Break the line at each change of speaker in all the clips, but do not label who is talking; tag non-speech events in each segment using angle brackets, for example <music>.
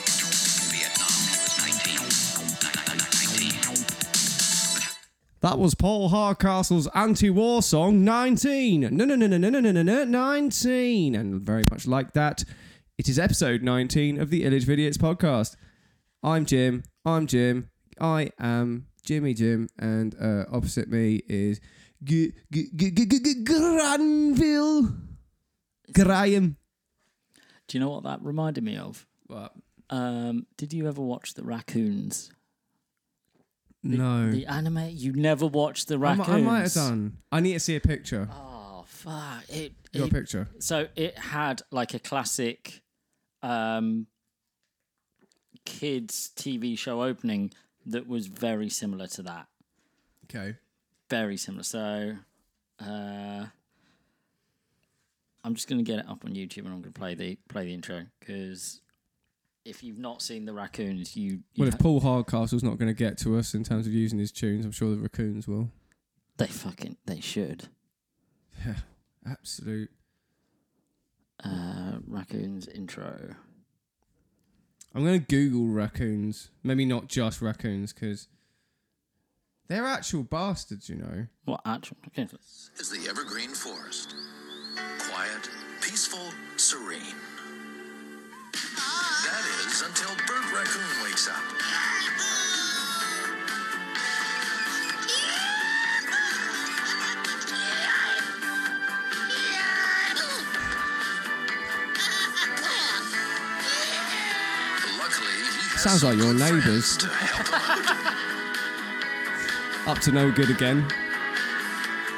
in, in Vietnam, he was 19. Ni- ni- ni- 19.
That was Paul Hardcastle's anti-war song 19. No, no, no, no, no, no, no, no, no, 19. And very much like that, it is episode 19 of the Illage Idiots podcast. I'm Jim. I'm Jim. I am Jimmy Jim. And uh, opposite me is G- G- G- G- G- G- Granville Graham.
Do you know what that reminded me of?
What?
Um, did you ever watch the raccoons?
No.
The anime? You never watched the
I mi-
raccoons?
I might have done. I need to see a picture.
Oh fuck! It,
You got a
it
picture?
so it had like a classic um kids TV show opening that was very similar to that.
Okay.
Very similar. So uh I'm just gonna get it up on YouTube and I'm gonna play the play the intro because if you've not seen the raccoons, you, you
Well, if
ha-
Paul Hardcastle's not going to get to us in terms of using his tunes, I'm sure the raccoons will.
they fucking they should.
Yeah, absolute.
Uh, raccoons intro.
I'm going to Google raccoons. Maybe not just raccoons, because they're actual bastards, you know.
What actual? Okay.
is the evergreen forest. Quiet, peaceful, serene. That is until Bert Raccoon wakes up. Luckily, he has
Sounds like
some
your
good
neighbours.
friends to help him out.
Up to no good again.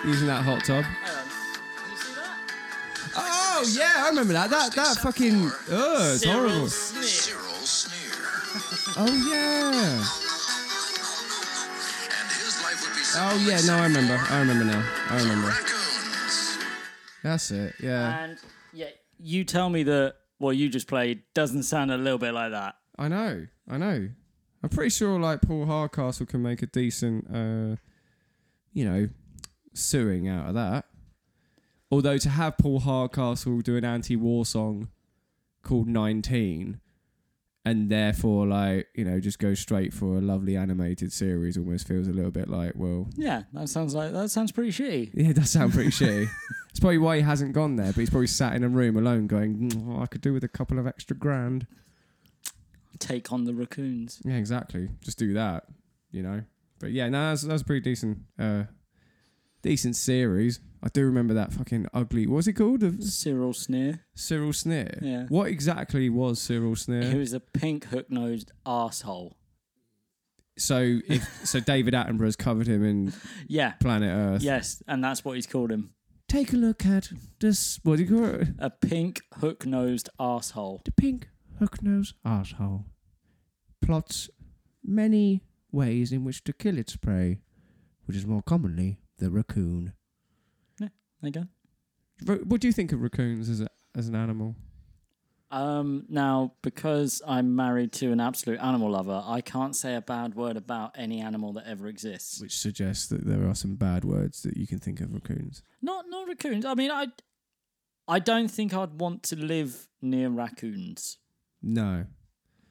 Using that hot tub. Oh yeah, I remember that. That that fucking oh, it's horrible.
Cyril Sneer.
Oh yeah.
And his life would be
Oh yeah. No, I remember. I remember now. I remember.
Raccoons.
That's it. Yeah.
And yeah, you tell me that what you just played doesn't sound a little bit like that.
I know. I know. I'm pretty sure like Paul Hardcastle can make a decent, uh, you know, suing out of that. Although to have Paul Hardcastle do an anti-war song called 19 and therefore like, you know, just go straight for a lovely animated series almost feels a little bit like, well,
Yeah, that sounds like that sounds pretty shitty.
yeah, it does sound pretty shitty. It's probably why he hasn't gone there, but he's probably sat in a room alone going, "Mm, I could do with a couple of extra grand.
Take on the raccoons.
Yeah, exactly. Just do that, you know. But yeah, no, that's that's a pretty decent, uh, decent series. I do remember that fucking ugly. What was it called? The
Cyril Sneer.
Cyril Sneer.
Yeah.
What exactly was Cyril
He
Sneer?
was a pink hook nosed asshole.
So if
<laughs>
so, David Attenborough's covered him in
Yeah.
Planet Earth.
Yes, and that's what he's called him.
Take a look at this. What do you call it?
A pink hook nosed asshole.
The pink hook nose asshole plots many ways in which to kill its prey, which is more commonly the raccoon.
There you go.
Ro- What do you think of raccoons as a, as an animal?
Um, now, because I'm married to an absolute animal lover, I can't say a bad word about any animal that ever exists.
Which suggests that there are some bad words that you can think of raccoons.
Not not raccoons. I mean, I I don't think I'd want to live near raccoons
No,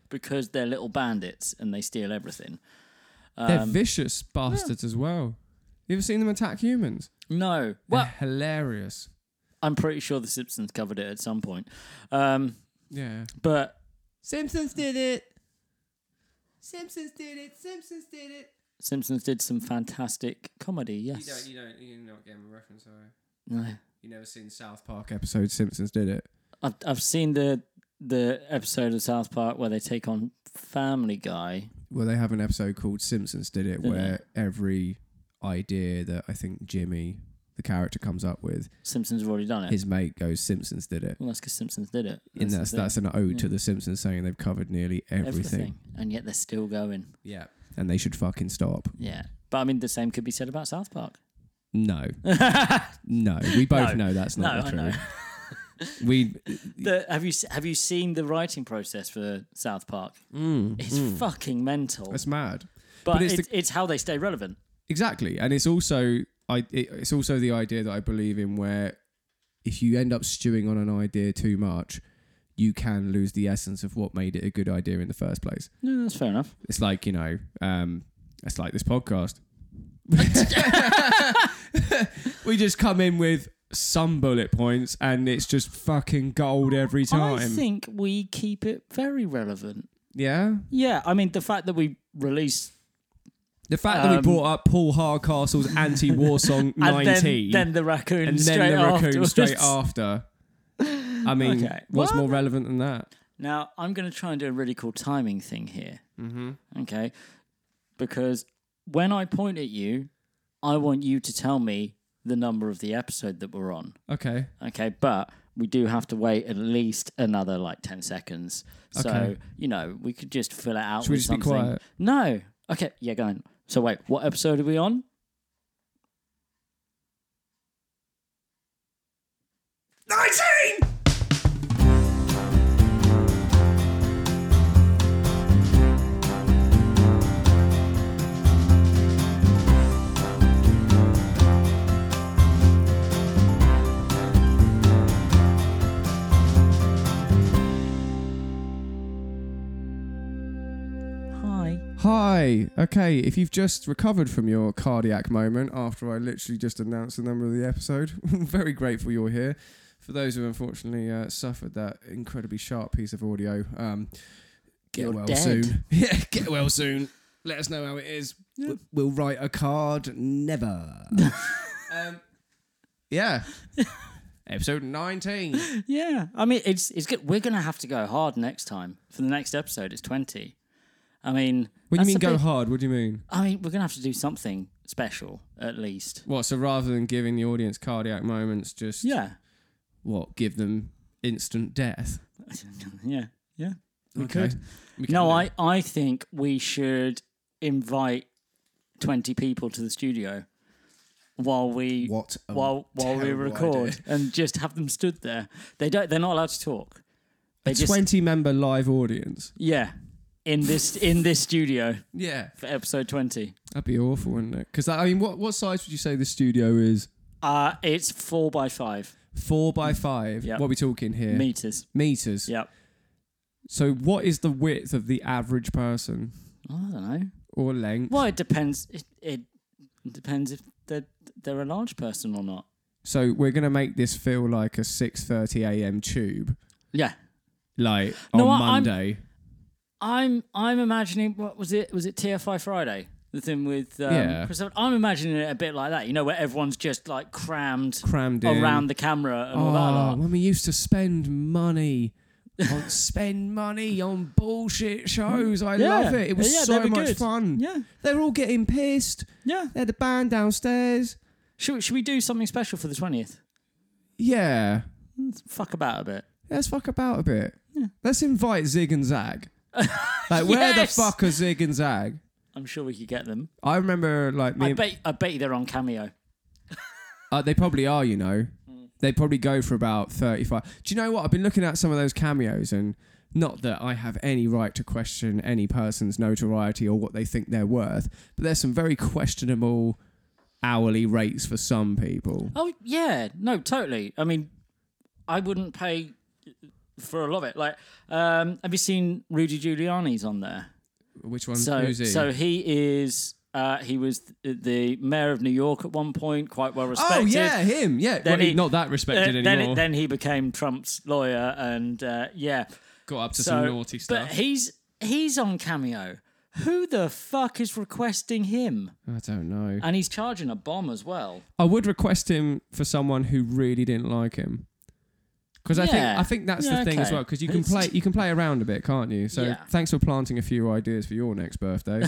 because they're little bandits and they steal everything.
they're
Um,
vicious bastards as well. You ever seen them attack humans?
No,
They're <sighs>
well,
hilarious.
I'm pretty sure The Simpsons covered it at some point. Um,
Yeah.
but
Simpsons did it. Simpsons did it. Simpsons did it.
Simpsons did some fantastic comedy.
You don't.
Yes.
You don't. You're not getting a reference, are you?
No.
You never seen South Park episode Simpsons did it.
I've I've seen the the episode of South Park where they take on Family Guy.
Well, they have an episode called Simpsons Did It,
Did
where every idea that I think Jimmy, the character, comes up with,
Simpsons have already done it.
his mate goes, "Simpsons did it."
well, that's because Simpsons did it.
and that's
the thing.
that's an ode to the Simpsons saying they've covered nearly everything.
and yet they're still going.
Yeah. And they should fucking stop.
Yeah. But I mean, the same could be said about South Park. <laughs>
No. no. We both know that's
No,
not
I
true.
know. <laughs>
we
The- have you se- have you seen the writing process for South Park? it's fucking mental,
Mm, that's mad.
but,
but it's
it's, it's, how they stay relevant.
Exactly. And it's also I it, it's also the idea that I believe in where if you end up stewing on an idea too much, you can lose the essence of what made it a good idea in the first place.
No, that's fair enough.
It's like, you know, um, it's like this
<laughs>
podcast. we just come in with some bullet points and it's just fucking gold every time.
I think we keep it very relevant.
yeah.
Yeah, I mean the fact that we release
The fact that we
Um,
brought up Paul Hardcastle's anti
<laughs>
war song 19.
and then, then the raccoon
and
straight
then the raccoon
afterwards.
straight after. I mean,
<laughs> Okay.
what's
Well,
more relevant than that?
Now, I'm going to try and do a really cool timing thing here. Mm-hmm. Okay. Because when I point at you, I want you to tell me the number of the episode that we're on.
Okay,
Okay. But we do have to wait at least another like 10 seconds. So,
Okay.
you know, we could just fill it out
Should we
with
just be
something.
quiet?
No. Okay. Yeah, go on. So, wait, what episode are we on?
nineteen.
Hi.
Hi. Okay, if you've just recovered from your cardiac moment after I literally just announced the number of the episode, <laughs> very grateful you're here. For those who unfortunately uh, suffered that incredibly sharp piece of audio, um, get
You're
well
dead.
soon. <laughs> Yeah, get well soon. Let us know how it is. W- We'll write a card.
<laughs>
Never. um, yeah. <laughs> Episode
<laughs>
19.
Yeah, I mean, it's it's good. We're gonna have to go hard next time for the next episode. It's twenty. I mean,
When you
that's
mean
a
go
big-
hard, what do you mean?
I mean, we're gonna have to do something special at least.
What, so rather than giving the audience cardiac moments, just
Yeah,
what, give them instant death?
<laughs> yeah, yeah. We
Okay.
could.
We
No,
can-
I I think we should invite twenty people to the studio while we
What a
while while we
terrible
record
idea.
and just have them stood there. They don't. They're not allowed to talk. They just
20 member live audience.
yeah in this in this studio
Yeah.
for episode twenty.
That'd be awful, wouldn't it? Because, I mean, what, what size would you say the studio is?
Uh, it's four by five
Four by five.
Yep.
What are we talking here?
meters.
Meters.
Yep.
So, what is the width of the average person
I don't know.
or length?
Well, it depends. It, it depends if they're, they're a large person or not.
So, we're going to make this feel like a 6.30 a.m. tube,
Yeah.
like
No,
on
I- I'm-
Monday.
I'm I'm imagining what was it? Was it TFI Friday? The thing with um,
Yeah.
Chris Evans? I'm imagining it a bit like that. You know, where everyone's just like crammed,
Crammed in.
around the camera and all that.
Ah,
lot.
when we used to spend money on <laughs> spend money on bullshit shows. I
Yeah.
love it. It was
Yeah, they
so
were
much
good.
fun.
Yeah.
They were all getting pissed.
Yeah.
They had the band downstairs.
Should should we do something special for the twentieth?
Yeah.
Fuck about a bit.
Let's fuck about a bit. Let's invite Zig and
<laughs>
Zag. like where the
Yes.
fuck are Zig and Zag?
I'm sure we could get them.
I remember like me
I
and-
bet I bet you they're on cameo.
Uh, they probably are, you know.
Hmm.
They probably go for about 35. Do you know what? I've been looking at some of those cameos, and not that I have any right to question any person's notoriety or what they think they're worth, but there's some very questionable hourly rates for some people.
Oh yeah, no, totally. I mean, I wouldn't pay for a lot of it. Like, um, have you seen Rudy Giuliani's on there?
Which one?
So,
Who's he?
so he is. Uh, he was th- the mayor of New York at one point, quite well
oh,
respected.
yeah, him. Yeah.
Then
Well, he-
he-
not that
Then,
respected
then,
anymore.
then he became Trump's lawyer, and uh, yeah,
Got up to
so
some naughty
But
stuff.
he's he's on cameo. Who the fuck is requesting him?
I don't know.
And he's charging a bomb as well.
I would request him for someone who really didn't like him. Because I think
Yeah.
I think that's the
Yeah,
thing as
okay.
well.
<laughs>
Because you can
It's-
play you can play around a bit, can't you? So
Yeah.
thanks for planting a few ideas for your next
<laughs>
birthday.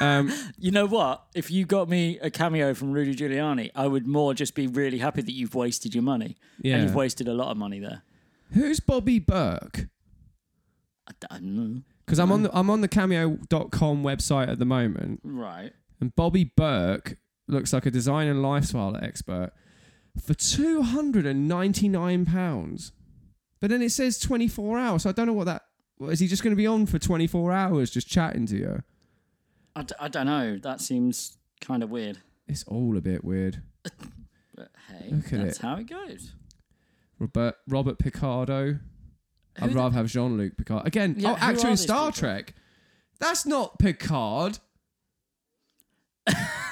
um,
You know what? If you got me a cameo from Rudy Giuliani, I would more just be really happy that you've wasted your money.
Yeah.
And you've wasted a lot of money there.
who's Bobby Burke?
I d- I don't
Because I'm on the I'm on the cameo.com website at the moment,
know. Right.
and Bobby Burke looks like a design and lifestyle expert, for two hundred and ninety nine pounds. But then it says twenty four hours. So I don't know what that. What, is he just going to be on for twenty four hours just chatting to you?
I, d- I don't know. That seems kind of weird.
It's all a bit weird.
But hey,
Look at
that's
it.
how it goes.
Robert Robert Picardo. I'd rather have Jean Luc Picard again.
Yeah,
oh,
who
actor
are
in
these
Star
people?
Trek. That's not
<laughs>
Picard.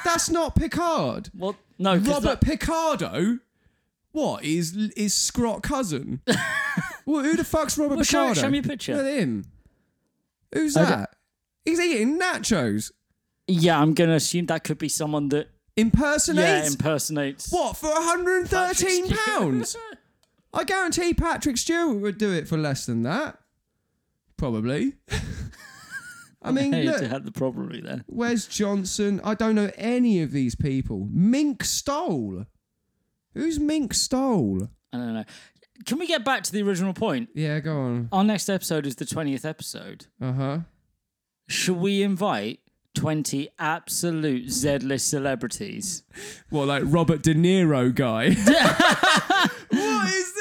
That's not Picard.
Well, no, 'cause
Robert
that-
Picardo. What is is Scrot
<laughs>
cousin? well, who the fuck's Robert
Well, show-
Picardo?
show me a picture.
Look at him. Who's
Okay.
that? He's eating nachos.
yeah, I'm gonna assume that could be someone that yeah
Impersonates
impersonates.
what for 113
Patrick Stewart. <laughs>
pounds? I guarantee Patrick Stewart would do it for less than that. Probably. <laughs> I mean,
hey,
look,
to have the problem with there.
Wes Johnson. I don't know any of these people. Mink Stole. Who's Mink Stole?
I don't know. Can we get back to the original point?
Yeah, go on.
Our next episode is the 20th episode.
Uh huh.
Should we invite 20 absolute Z list celebrities? <laughs>
What, like Robert De Niro guy? <laughs> what is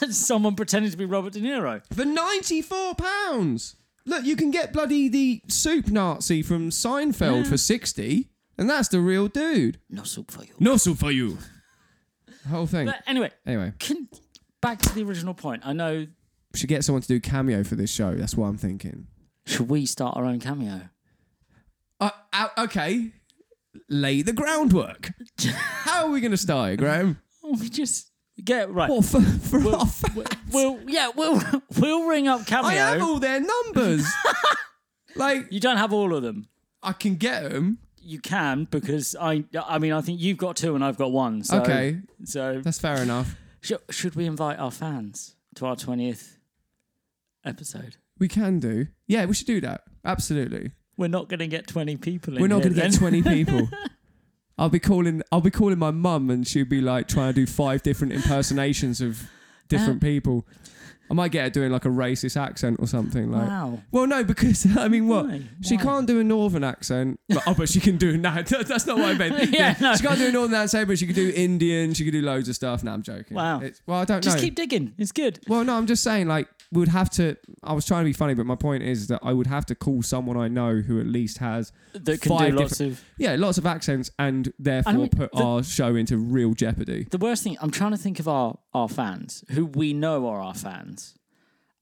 this?
Someone pretending to be Robert De Niro.
For £94. Look, you can get bloody the soup Nazi from Seinfeld for 60 and that's the real dude.
No soup for you.
No soup for you. Whole thing.
But anyway,
Anyway,
can, back to the original point. I know.
we should get someone to do cameo for this show. That's what I'm thinking.
Should we start our own cameo? <laughs>
Uh, uh, okay. Lay the
<laughs>
groundwork. How are we going to start it, Graham?
Oh, we just get right.
Well, for, for our fans.
We'll yeah, we'll <laughs> we'll ring up cameo.
I have all their
<laughs>
numbers. like,
you don't have all of them.
I can get them.
You can because I I mean I think you've got two and I've got one. So,
Okay.
So
That's fair enough.
sh- should we invite our fans to our twentieth episode?
We can do. Yeah, we should do that. Absolutely.
We're not going to get twenty people. in
We're not
here
going to get 20
then. <laughs>
people. I'll be calling. I'll be calling my mum, and she'll be like trying to do five different impersonations of
Um,
different people. I might get her doing like a racist accent or something. Like,
Wow.
Well, no, because <laughs> I mean, what
Why?
she
Why?
can't do a northern accent. But, oh, but she can do <laughs> now. That's not what I meant.
<laughs> Yeah, no.
she can't do a northern accent, but she could do Indian. She could do loads of stuff. No, I'm joking.
Wow.
It's, well, I don't
Just
know.
keep digging. It's good.
Well, no, I'm just saying, like, we would have to. I was trying to be funny, but my point is that I would have to call someone I know who at least has
That can do lots
different-
of-
yeah, lots of accents, and therefore
I mean,
put
the-
our show into real jeopardy.
The worst thing I'm trying to think of our our fans who we know are our fans.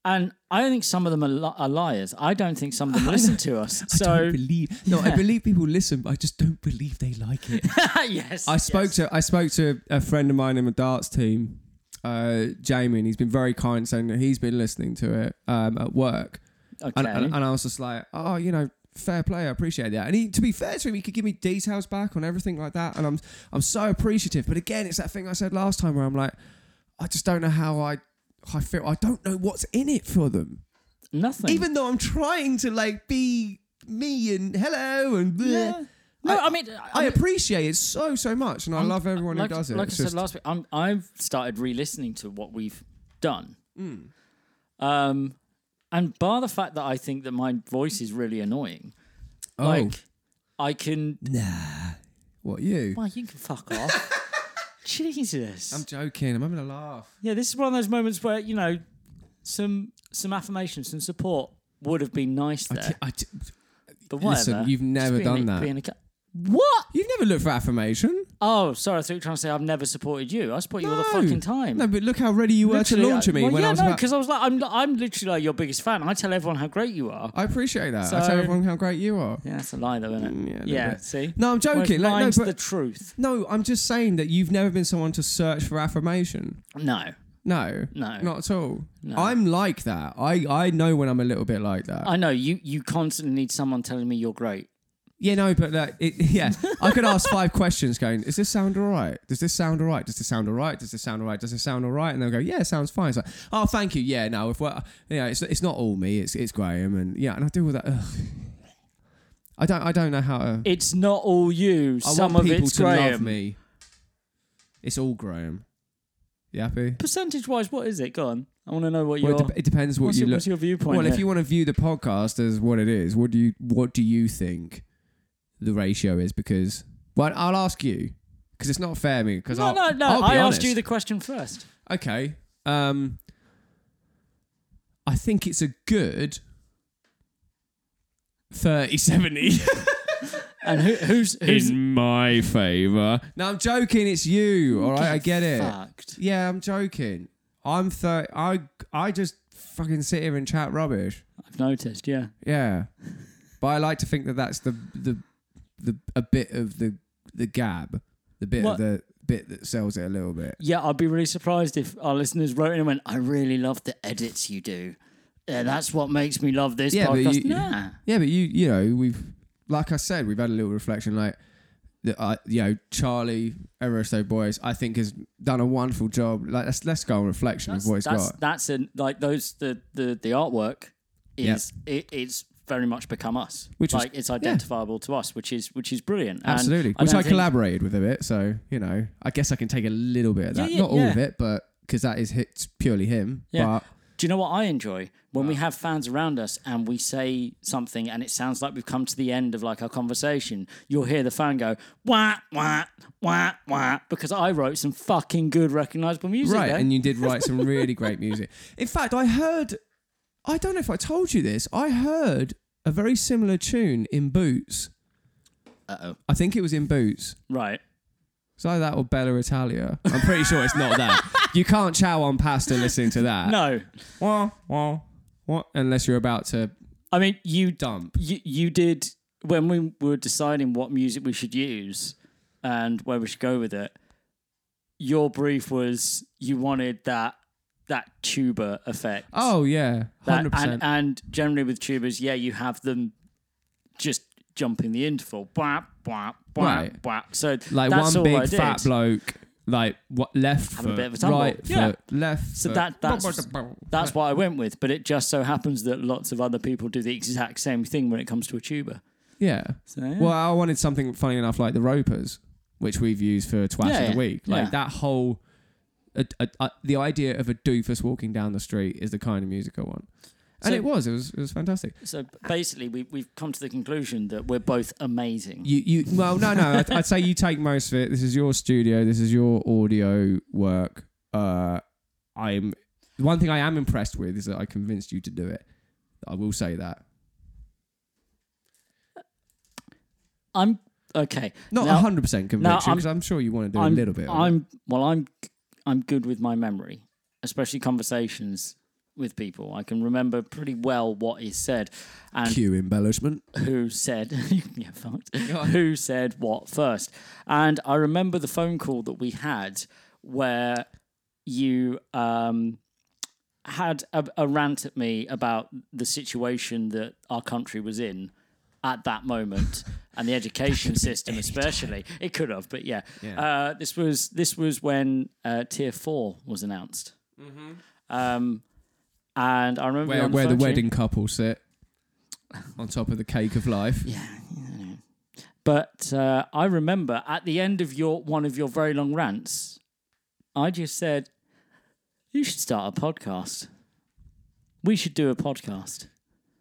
And I don't think some of them are, li- are liars. I don't think some
<laughs>
of them listen to us.
I
So
don't believe. No, I believe people listen, but I just don't believe they like
<laughs>
it.
<laughs> yes,
I spoke to I spoke to a friend of mine in my darts team, uh, Jamie, and he's been very kind, saying that he's been listening to it um, at work,
Okay.
and, and, and I was just like, oh, you know, fair play, I appreciate that. And he, to be fair to him, he could give me details back on everything like that, and I'm I'm so appreciative. But again, it's that thing I said last time where I'm like, I just don't know how I I feel. I don't know what's in it for them
Nothing.
even though I'm trying to like be me and hello and bleh,
Yeah. No, I mean, I-
I appreciate it so so much, and I love everyone
like,
who does it.
Like
It's
I
just-
said last week, I'm, I've started re-listening to what we've done. Um, and bar the fact that I think that my voice is really annoying,
oh,
like I can.
what you?
Well, you can fuck off.
<laughs>
Jesus.
I'm joking. I'm having a laugh.
yeah, this is one of those moments where you know some some affirmation, some support would have been nice there.
I t-
but whatever.
listen, you've
Just
never
being
done
a-
that.
being a cu- what?
You've never looked for affirmation.
Oh, sorry. I thought you were trying to say I've never supported you. I support you all the
No.
fucking time.
No, but look how ready you were
Literally,
to launch at me
I, well,
when
yeah,
I was
no,
about.
because I was like, I'm, I'm literally like your biggest fan. I tell everyone how great you are.
I appreciate that. I
So-
tell everyone how great you are.
Yeah, that's a lie, though, isn't
Mm, yeah, a
it?
little bit.
see.
No, I'm joking. Like,
Whereas
no,
mine's
but-
the truth.
No, I'm just saying that you've never been someone to search for affirmation.
No,
No,
No.
not at all. I'm like that. I I know when I'm a little bit like that.
I know you. You constantly need someone telling me you're great.
yeah, no, but like, it, <laughs> yeah, I could ask five questions, going, "Does this sound all right? Does this sound all right? Does this sound all right? Does this sound all right? Does this sound all right?" And they'll go, "Yeah, it sounds fine." It's like, "Oh, thank you. Yeah, no, if we're, you know, it's it's not all me. It's it's Graham, and yeah, and I do all that. Ugh. I don't I don't know how to.
It's not all you.
I
Some
want
of
people
it's
to
Graham.
love me. It's all Graham. You happy?
Percentage-wise, what is it? Go on. I want to know what
Well,
your.
it, dep it depends what
what's,
you
your,
look.
what's your viewpoint?
Well, if
here?
you want to view the podcast as what it is, what do you what do you think the ratio is? Because Well, I'll ask you because it's not fair, me. Because
No, no,
I'll,
no.
I'll be
I
honest.
asked you the question first.
Okay. Um, I think it's a good 30 <laughs> 70
And who, who's who's
in my favour. No, I'm joking. It's you. All right. I get it.
fucked?
Yeah, I'm joking. I'm 30. I, I just fucking sit here and chat rubbish.
I've noticed. Yeah. <laughs>
Yeah. But I like to think that that's the, the, the a bit of the, the gab, the bit
What?
of the bit that sells it a little bit.
Yeah, I'd be really surprised if our listeners wrote in and went, "I really love the edits you do. Yeah, that's what makes me love this
Yeah, but
podcast."
you-
nah.
Yeah, but you you know we've like I said we've had a little reflection like that I you know Charlie Everesto Boys I think has done a wonderful job like let's let's go on reflection of what he's
that's
got
that's an like those the the the artwork is it, it's very much become us,
Which was-
like it's identifiable to us, which is which is brilliant. And
absolutely
I
which
don't
I
think-
collaborated with a bit so you know I guess I can take a little bit of
Yeah,
that
yeah,
not all of
yeah.
it but because that is hit purely him
Yeah.
but Ah.
Do you know what I enjoy? When we have fans around us and we say something and it sounds like we've come to the end of like our conversation, you'll hear the fan go, wah, wah, wah, wah, because I wrote some fucking good recognizable music.
right
there.
and you did write some really
<laughs>
great music in fact I heard I don't know if I told you this I heard a very similar tune in Boots
Uh-oh.
I think it was in Boots
Right.
It's either that or Bella Italia. I'm pretty sure it's not that. You can't chow on pasta listening to that.
No.
Wah, wah, wah, unless you're about to
I mean, you
dump.
you, you did when we were deciding what music we should use and where we should go with it your brief was you wanted that that tuba effect
Oh, yeah.
That-
100%.
and uh, and generally with tubas yeah you have them just jumping the interval blah blah blah
Right.
blah so
like
that's
one
all I
big
did.
fat bloke, like what, left
Having a
foot,
bit of a tumble.
right
Yeah.
foot, left
So
foot.
that- that's- that's what I went with, but it just so happens that lots of other people do the exact same thing when it comes to a tuba.
Yeah.
yeah.
Well, I wanted something funny enough like the ropers, which we've used for twice
Yeah,
of
yeah,
the week. Like
yeah.
that whole. A, a, a, the idea of a doofus walking down the street is the kind of music I want. And
So-
it was. It was, it was fantastic.
So basically, we, we've come to the conclusion that we're both amazing.
You, you, well, no, no. I'd, I'd say you take most of it. This is your studio. This is your audio work. Uh, I'm one thing I am impressed with is that I convinced you to do it. I will say that.
I'm okay.
Not
Now-
hundred percent conviction
I'm-
because I'm, sure you want to do
I'm,
a little bit. of it.
I'm well. I'm I'm good with my memory, especially conversations with people. I can remember pretty well what is said and
cue embellishment.
who said. <laughs> yeah, fucked. Who said what first? And I remember the phone call that we had where you um, had a, a rant at me about the situation that our country was in at
<laughs>
that moment and the education system especially it could have but yeah, Uh, this was this was when uh, tier 4 was announced um, and i remember
Mm-hmm. Where,
on
where the
phone to you-
wedding couple sit on top of the cake of life.
but uh, i remember at the end of your one of your very long rants i just said you should start a podcast we should do a podcast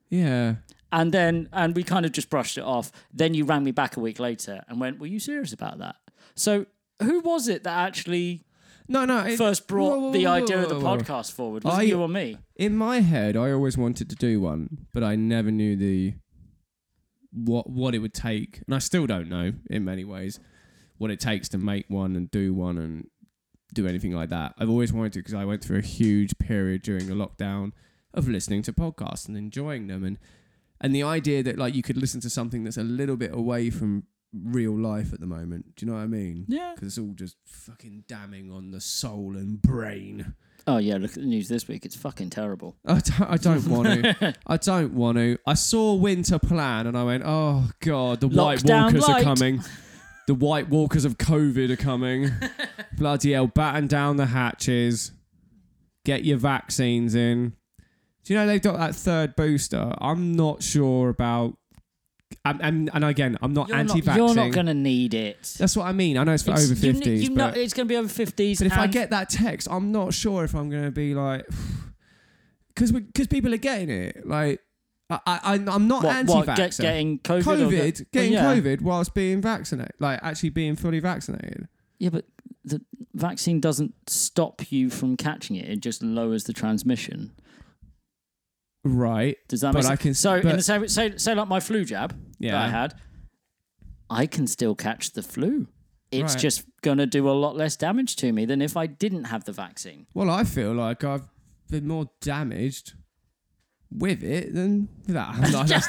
Yeah.
And then, and we kind of just brushed it off. Then you rang me back a week later and went, Were you serious about that? So, who was it that actually
No, no. it-
first brought
Whoa, whoa,
the
whoa,
idea
whoa,
of the
whoa, whoa.
podcast forward? Was
I-
it you or me?
In my head, I always wanted to do one, but I never knew the what what it would take, and I still don't know in many ways what it takes to make one and do one and do anything like that. I've always wanted to because I went through a huge period during the lockdown of listening to podcasts and enjoying them, and and the idea that like you could listen to something that's a little bit away from real life at the moment. Do you know what I mean?
Yeah.
Because it's all just fucking damning on the soul and brain.
Oh, yeah. Look at the news this week. It's fucking terrible.
I don't, I don't want
<laughs>
to. I don't want to. I saw Winter Plan and I went, oh god, the White
Lockdown
Walkers
light."
are coming. The White Walkers of COVID are
<laughs>
coming. Bloody hell, batten down the hatches. Get your vaccines in. Do you know they've got that third booster? I'm not sure about. I'm, I'm- and again, I'm not
You're not-
anti-vaccine.
You're not going to need it.
That's what I mean. I know it's for
It's-
over
you kn-
50s.
you
but
know it's going to be over 50s.
but if I
and-
get that text, I'm <sighs> not sure if I'm going to be like, because because people are getting it. Like, I, I, I'm not
What,
anti
what,
vaxxer.
get- getting COVID or
COVID,
get- well,
getting
yeah.
COVID whilst being vaccinated, like actually being fully vaccinated.
Yeah, but the vaccine doesn't stop you from catching it; it just lowers the transmission.
Right.
Does that
but
make sense?
I can,
so in
but-
the same say say like my flu jab that
Yeah.
I had, I can still catch the flu. It's
Right.
just gonna do a lot less damage to me than if I didn't have the vaccine.
Well, I feel like I've been more damaged with it than that. <laughs> No, let's, let's
<laughs>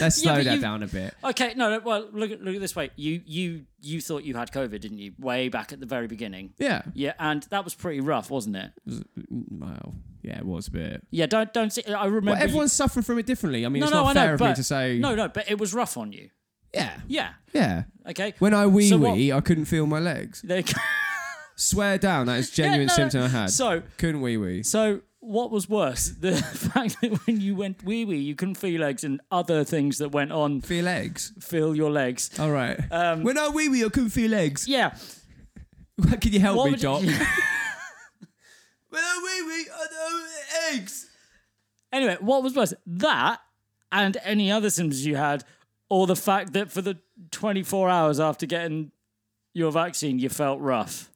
Yeah,
slow
but
that
you-
down a bit.
Okay, no, no well look at look at it this way. You you you thought you had COVID, didn't you? Way back at the very beginning.
Yeah.
Yeah, and that was pretty rough, wasn't it?
Well, yeah, it was a bit.
Yeah, don't don't. See, I remember.
But
you-
everyone's suffering from it differently. I mean,
no,
it's
no, I
not
know,
fair of me
but-
to say.
No, no, but it was rough on you.
Yeah.
Yeah.
Yeah.
Okay.
When I wee
So what-
wee, I couldn't feel my legs.
There you go. <laughs>
Swear down, that is genuine
Yeah, no, no.
symptom I had.
So-
couldn't wee wee.
So what was worse, <laughs> the fact that when you went wee wee, you couldn't feel your legs, and other things that went on
Feel legs.
feel your legs.
All right.
Um,
when I wee wee, I couldn't feel legs. <laughs>
Yeah.
Can you help
What
me,
would you-
Doc?
<laughs>
when I wee wee, I don't eggs.
Anyway, what was worse, that and any other symptoms you had, or the fact that for the 24 hours after getting your vaccine, you felt rough.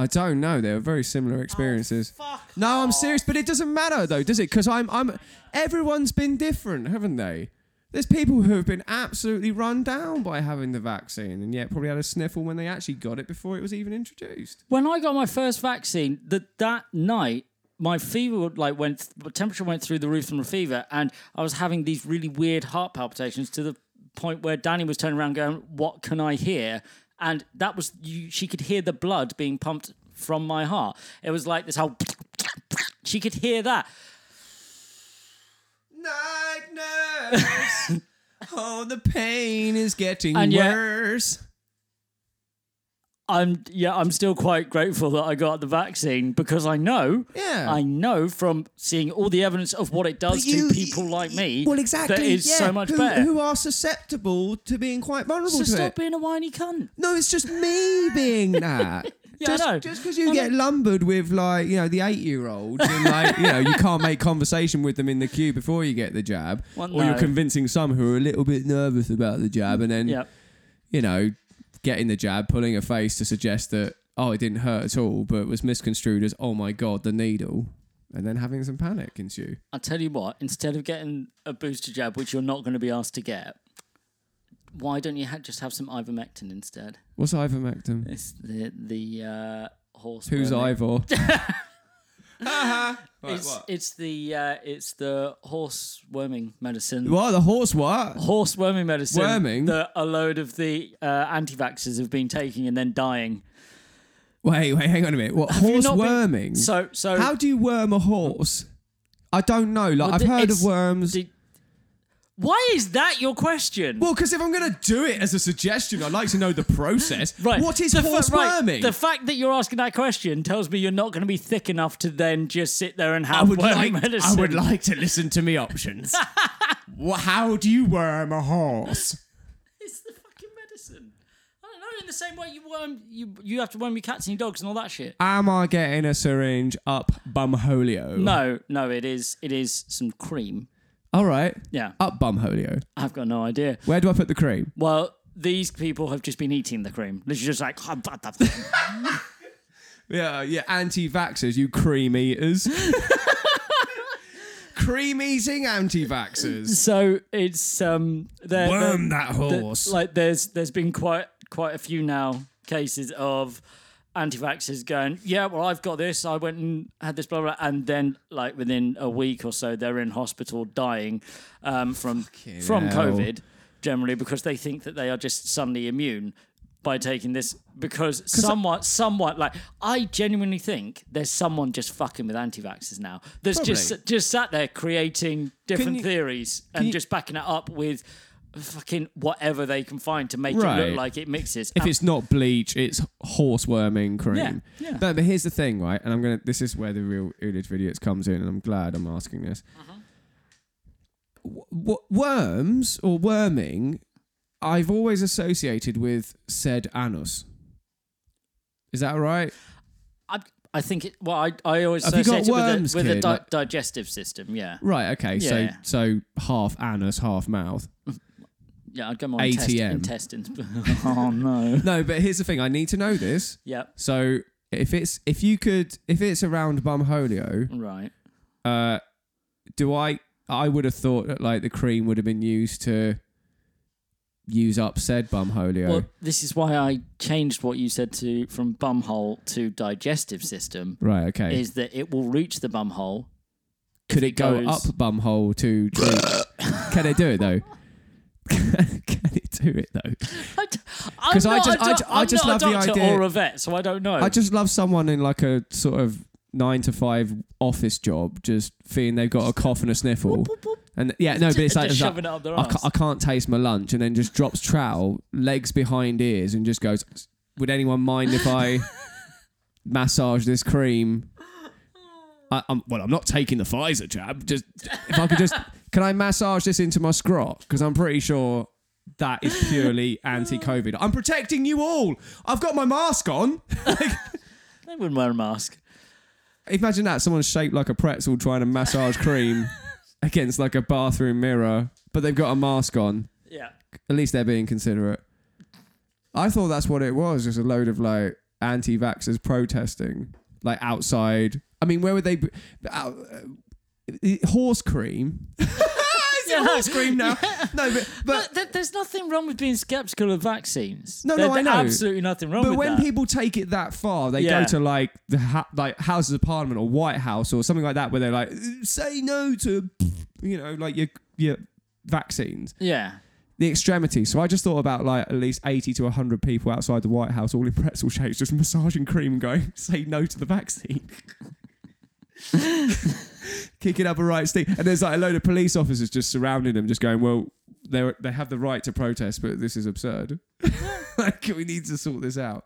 I don't know. They were very
Oh,
similar experiences. no, I'm serious, but it doesn't matter though, does it? Because I'm, I'm. Everyone's been different, haven't they? There's people who have been absolutely run down by having the vaccine, and yet probably had a sniffle when they actually got it before it was even introduced.
When I got my first vaccine, that that night my fever like went, my temperature went through the roof from the fever, and I was having these really weird heart palpitations to the point where Danny was turning around going, "What can I hear?" And that was you, she could hear the blood being pumped from my heart. It was like this whole. She could hear that.
Night
<laughs>
nurse. oh, the pain is getting
And yet-
worse.
I'm yeah, I'm still quite grateful that I got the vaccine because I know,
Yeah.
I know from seeing all the evidence of what it does
you-
to people like me.
Well, exactly.
that is
yeah.
so much
who,
better.
Who are susceptible to being quite vulnerable
So
to it?
stop being a whiny cunt.
No, it's just me
<laughs>
being that.
Yeah, I
just,
know.
just 'cause you get lumbered with like you know the eight-year-olds and like you know you can't make conversation with them in the queue before you get the jab,
Well,
or you're
no.
convincing some who are a little bit nervous about the jab, and then
Yeah.
you know getting the jab, pulling a face to suggest that oh it didn't hurt at all, but was misconstrued as oh my god the needle, and then having some panic ensue.
I'll tell you what, instead of getting a booster jab, which you're not going to be asked to get, why don't you ha- just have some ivermectin instead?
What's ivermectin?
It's the the uh, horse.
Who's
worm- <laughs>
Ivor?
It's, it's the uh, it's the horse worming medicine.
What the horse? What?
Horse worming medicine.
Worming?
That a load of the uh, anti-vaxxers have been taking and then dying.
Wait, wait, hang on a minute. What
Have you
horse
not been-
worming?
So so
How do you worm a horse? I don't know. Like
Well,
I've
the-
heard of
it's-
worms. Well, 'cause
do- why is that your question?
well, because if I'm going to do it as a suggestion, I'd like to know the process.
Right.
What is
The fa-
horse
right,
worming?
The fact that you're asking that question tells me you're not going to be thick enough to then just sit there and
I
have
would
worm
like.
medicine.
I would like to listen to me
<laughs>
options. Wha- How do you worm a horse?
It's the fucking medicine. I don't know. In the same way you worm, you you have to worm your cats and your dogs and all that shit.
Am I getting a syringe up bumholio?
No, no, it is it is some cream.
All right.
Yeah,
Up bumholio.
I've got no idea.
Where do I put the cream?
Well, these people have just been eating the cream. They're just like <laughs>
Yeah, yeah, anti-vaxxers, you cream eaters.
<laughs>
cream eating anti-vaxxers.
so it's um they're,
Worm
they're-
that
that-
horse.
like there's there's been quite quite a few now cases of anti-vaxxers going, yeah, well, I've got this. I went and had this, blah blah, blah," and then like within a week or so, they're in hospital dying um, from from
hell.
COVID generally because they think that they are just suddenly immune by taking this because someone someone like I genuinely think there's someone just fucking with anti-vaxxers now that's just
Probably.
just sat there creating different
you-
theories and
you-
just backing it up with fucking whatever they can find to make it
Right.
look like it mixes. Um,
If
And-
it's not bleach, it's horse worming cream.
Uh, Yeah, yeah.
But, but here's the thing, right? And I'm gonna. This is where the real Ullage idiots comes in, and I'm glad I'm asking this.
Mm-hmm.
W- w- worms or worming, I've always associated with said anus. Is that right?
I'm- I think it. Well, I, I always
Have you got
associate it with,
worms,
a, with a
kid?
di-
Like-
digestive system. Yeah,
Right. Okay.
Yeah.
So so half anus, half mouth.
yeah. I'd go more intest-
ATM.
intestines. <laughs> oh no.
No, but here's the thing. I need to know this.
Yep.
So if it's if you could if it's around Bumholio,
Right.
uh, do I? I would have thought that like the cream would have been used to use up said Bumholio.
Well, this is why I changed what you said to from bumhole to digestive system.
right. Okay.
Is that it will reach the bumhole? <laughs>
Could it go
goes-
up bumhole to?
<laughs>
drink? Can it do it though? <laughs> Can it do it though?
Because
'Cause I just- I ju- I just love
not a
the
doctor
idea-
Or a vet, so I don't know.
I just love someone in like a sort of nine to five office job, just feeling they've got a cough and a sniffle, and yeah, no, but it's like,
Just
it's like,
shoving it up their
I, ca-
arse.
I can't taste my lunch, and then just drops trowel, legs behind ears, and just goes, "Would anyone mind if
<laughs>
I massage this cream?" I, I'm, well, I'm not taking the Pfizer jab. Just if I could
<laughs>
just, can I massage this into my scrot? Because I'm pretty sure that is
<laughs>
purely anti-COVID. I'm protecting you all. I've got my mask on.
they wouldn't wear a mask.
Imagine that someone shaped like a pretzel trying to massage cream against like a bathroom mirror, but they've got a mask on.
Yeah.
At least they're being considerate. I thought that's what it was, just a load of like anti-vaxxers protesting, like outside. I mean, where would they? Be? Out, uh, horse cream. Is it horse cream now? No, but but
But th- there's nothing wrong with being skeptical of vaccines.
No,
There-
no, I
there's
know.
Absolutely nothing wrong
But
with
when
that.
people take it that far, they
Yeah.
go to like the ha- like Houses of Parliament or White House or something like that, where they're like, "Uh, "Say no to," you know, like your your vaccines,
yeah.
the extremities. So I just thought about like at least eighty to hundred people outside the White House, all in <laughs> pretzel shapes, just massaging cream, going, <laughs> "Say no to the vaccine." <laughs> Kicking up a right stick, and there's like a load of police officers just surrounding them, just going, "Well, they they have the right to protest, but this is absurd. <laughs> like, we need to sort this out."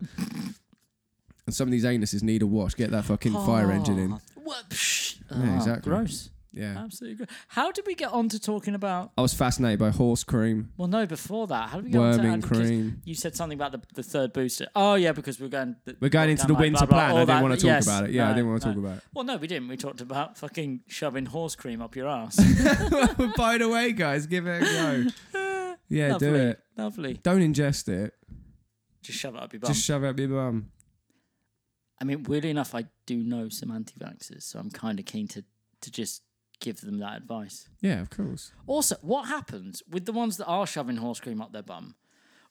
And some of these anuses need a wash. Get that fucking fire engine in.
What? Psh.
Yeah,
Ah,
exactly.
Gross.
Yeah,
Absolutely gross. How did we get on to talking about?
I was fascinated by horse cream, <laughs>
Well, no, before that, how did we get on
worming
to? because
cream.
You said something about the, the third booster. Oh yeah, because we're going. The,
We're going into the winter plan. I didn't want to talk about it. Yeah, I didn't want to talk about it.
Well, no, we didn't. We talked about fucking shoving horse cream up your ass.
By the way, guys, give it a go. <laughs> Yeah,
Lovely.
do it.
Lovely.
Don't ingest it.
Just shove it up your bum.
Just shove it up your bum.
I mean, weirdly enough, I do know some anti-vaxxers, so I'm kind of keen to to just give them that advice.
Yeah, of course.
Also, what happens with the ones that are shoving horse cream up their bum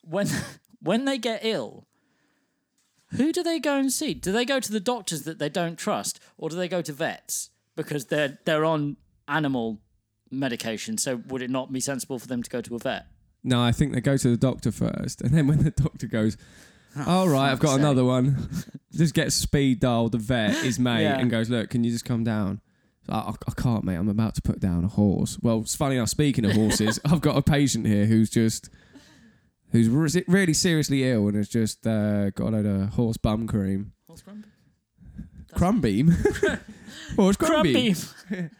when <laughs> when they get ill? Who do they go and see? Do they go to the doctors that they don't trust, or do they go to vets because they're they're on animal medication? So would it not be sensible for them to go to a vet?
No, I think they go to the doctor first, and then when the doctor
<laughs>
goes, all right, I've got
Oh, fuck's
another one. <laughs> just gets speed dialed. The vet is mate
Yeah.
and goes, look, can you just come down? I, I, I can't, mate. I'm about to put down a horse. Well, it's funny enough. Speaking of horses, <laughs> I've got a patient here who's just who's re- really seriously ill and has just uh, got a load of horse bum cream,
Horse crumb?
crumbeam, <laughs> horse crumbeam,
Crumby.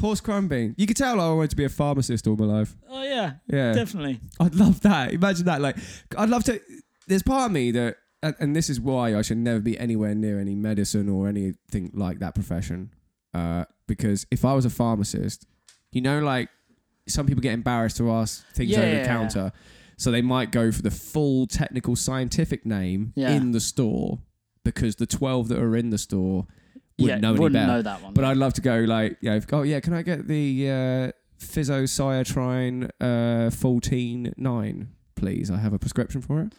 horse crumbeam. You could tell I wanted to be a pharmacist all my life.
<laughs> Oh yeah,
Yeah,
definitely.
I'd love that. Imagine that. Like, I'd love to. There's part of me that, and, and this is why I should never be anywhere near any medicine or anything like that profession. Uh, because if I was a pharmacist, you know, like some people get embarrassed to ask things over
Yeah.
the counter. So they might go for the full technical scientific name
Yeah.
in the store because the 12 that are in the store wouldn't
yeah,
know any
wouldn't
better.
know that one.
But I'd love to go like, you know, if- oh yeah, can I get the uh, physocyatrine uh, fourteen nine, please? I have a prescription for it.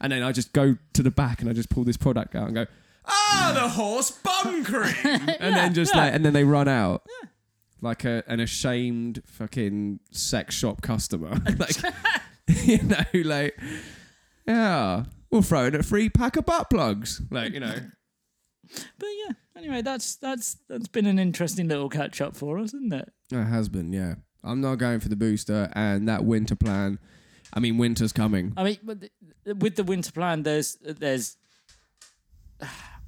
And then I just go to the back and I just pull this product out and go, ah, the horse bum cream, and then just like, and then they run out. Like a, an ashamed fucking sex shop customer, <laughs> like you know, like yeah, we'll throw in a free pack of butt plugs, like you know.
But yeah, anyway, that's that's that's been an interesting little catch up for us, isn't it?
It has been, yeah. I'm not going for the booster and that winter plan. I mean, winter's coming.
I mean, but the, with the winter plan, there's there's.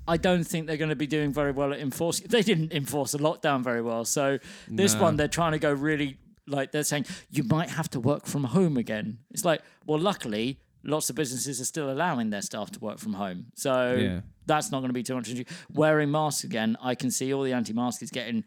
I don't think they're going to be doing very well at enforcing. They didn't enforce a lockdown very well, so this
No.
one they're trying to go really like they're saying you might have to work from home again. It's like, well, luckily lots of businesses are still allowing their staff to work from home. So
Yeah.
that's not going to be too much. of an issue. Wearing masks again, I can see all the anti-maskers getting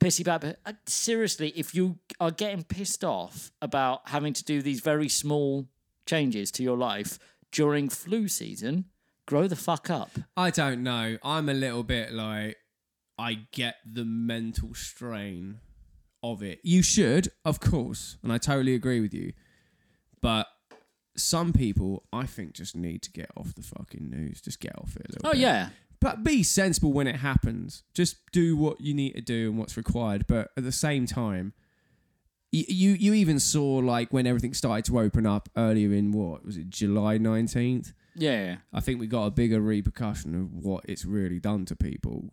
pissy about. But uh, seriously, if you are getting pissed off about having to do these very small changes to your life during flu season, grow the fuck up.
I don't know. I'm a little bit like I get the mental strain of it. You should, of course, and I totally agree with you. But some people, I think, just need to get off the fucking news. Just get off it a little.
Oh
bit.
yeah,
But be sensible when it happens. Just do what you need to do and what's required. But at the same time, you you, you even saw like when everything started to open up earlier in what was it July nineteenth.
yeah. yeah.
I think we got a bigger repercussion of what it's really done to people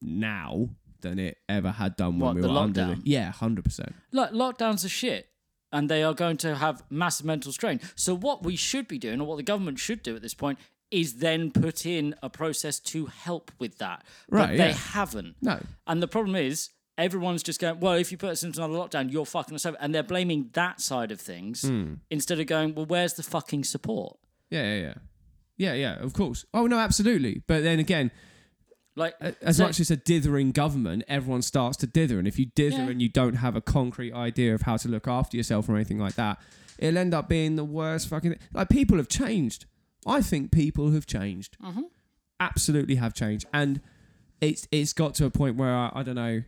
now than it ever had done when
What,
we
the
were under.
lockdown?
The, yeah, hundred percent.
Look, lockdowns are shit. And they are going to have massive mental strain. So, what we should be doing, or what the government should do at this point, is then put in a process to help with that. But
Right,
they
yeah.
haven't.
No.
And the problem is, everyone's just going, well, if you put us into another lockdown, you're fucking us over. And they're blaming that side of things
Hmm.
instead of going, well, where's the fucking support?
Yeah, yeah, yeah, yeah, yeah. Of course. Oh no, absolutely. But then again,
Like,
as
so-
much as a dithering government, everyone starts to dither, and if you dither
Yeah.
and you don't have a concrete idea of how to look after yourself or anything like that, it'll end up being the worst fucking. Like people have changed. I think people have changed.
Mm-hmm.
Absolutely have changed, and it's it's got to a point where I, I don't know.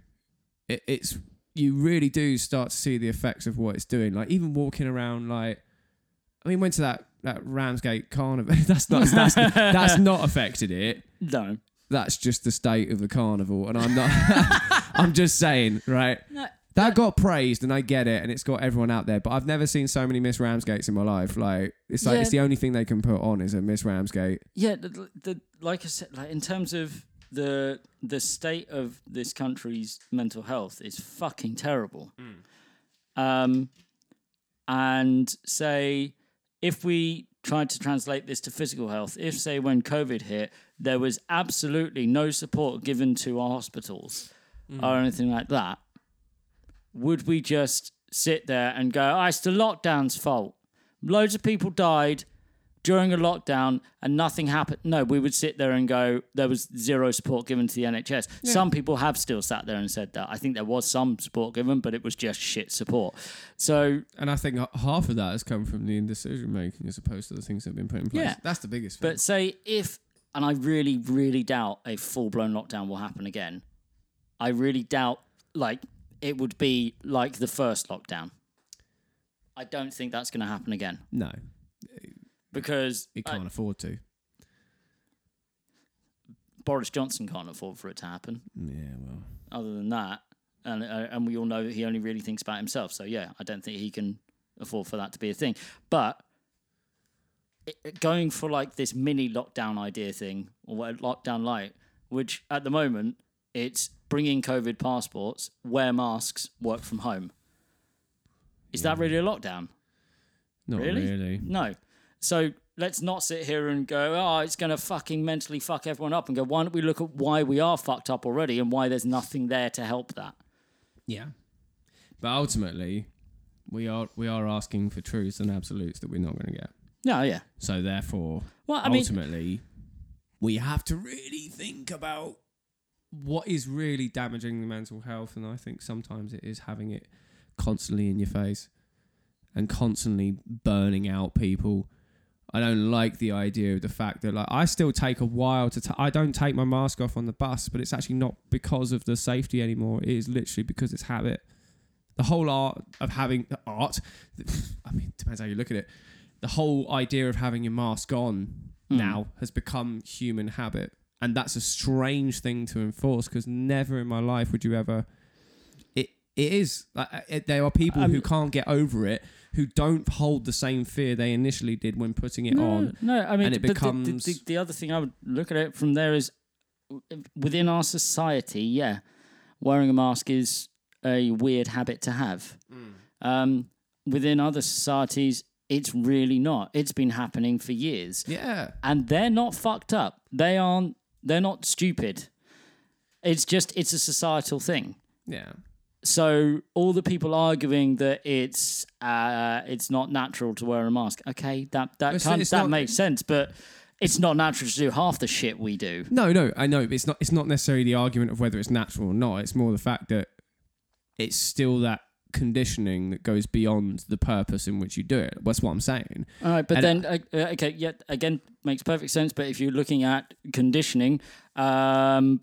It, it's you really do start to see the effects of what it's doing. Like even walking around, like I mean, went to that that Ramsgate carnival. <laughs> that's not that's
<laughs>
that's not affected it
no.
that's just the state of the carnival and i'm not <laughs> i'm just saying right that got praised and i get it and it's got everyone out there but i've never seen so many miss ramsgates in my life like it's like
Yeah.
it's the only thing they can put on is a miss ramsgate
Yeah, the, the, like I said, like in terms of the the state of this country's mental health is fucking terrible. Um, and say if we tried to translate this to physical health, if say when COVID hit, there was absolutely no support given to our hospitals or anything like that, would we just sit there and go, oh, it's the lockdown's fault? Loads of people died during a lockdown and nothing happened. No, we would sit there and go, there was zero support given to the NHS. Some people have still sat there and said that. I think there was some support given, but it was just shit support. So,
and i think h- half of that has come from the indecision making as opposed to the things that have been put in place
Yeah.
that's the biggest thing
but say if, and I really, really doubt a full blown lockdown will happen again. I really doubt, like, it would be like the first lockdown. I don't think that's going to happen again
no
because
it
uh,
can't afford to
Boris Johnson can't afford for it to happen.
yeah well
other than that, and uh, and we all know that he only really thinks about himself. So yeah, I don't think he can afford for that to be a thing. But it- it, going for like this mini lockdown idea thing or what lockdown light, which at the moment it's bringing COVID passports, wear masks, work from home. Is that really a lockdown?
not
Really?
really,
No. So let's not sit here and go, oh, it's going to fucking mentally fuck everyone up and go, why don't we look at why we are fucked up already and why there's nothing there to help that?
yeah but ultimately we are we are asking for truths and absolutes that we're not going to get
No, yeah.
So therefore,
Well, I mean-
ultimately, we have to really think about what is really damaging the mental health, and I think sometimes it is having it constantly in your face and constantly burning out people. I don't like the idea of the fact that like I still take a while to. I I don't take my mask off on the bus, but it's actually not because of the safety anymore. It is literally because it's habit. The whole art of having the art. I mean, depends how you look at it. The whole idea of having your mask on now has become human habit, and that's a strange thing to enforce because never in my life would you ever. It it is. Like, uh, it, there are people who can't get over it, who don't hold the same fear they initially did when putting it on.
No, I mean,
and it
but the- the,
becomes-
the, the other thing I would look at it from there is w- within our society, yeah, wearing a mask is a weird habit to have. Um, within other societies, it's really not. It's been happening for years.
Yeah,
and they're not fucked up. They aren't. They're not stupid. It's just it's a societal thing.
yeah.
So all the people arguing that it's uh, it's not natural to wear a mask. Okay, that that
It's-
kind-
it's
that
not-
makes sense, but it's not natural to do half the shit we do.
No, no, I know. but It's not. It's not necessarily the argument of whether it's natural or not. It's more the fact that it's still that conditioning that goes beyond the purpose in which you do it. That's what I'm saying.
All right, but
And-
then uh, uh, okay, yeah, again makes perfect sense. But if you're looking at conditioning, um,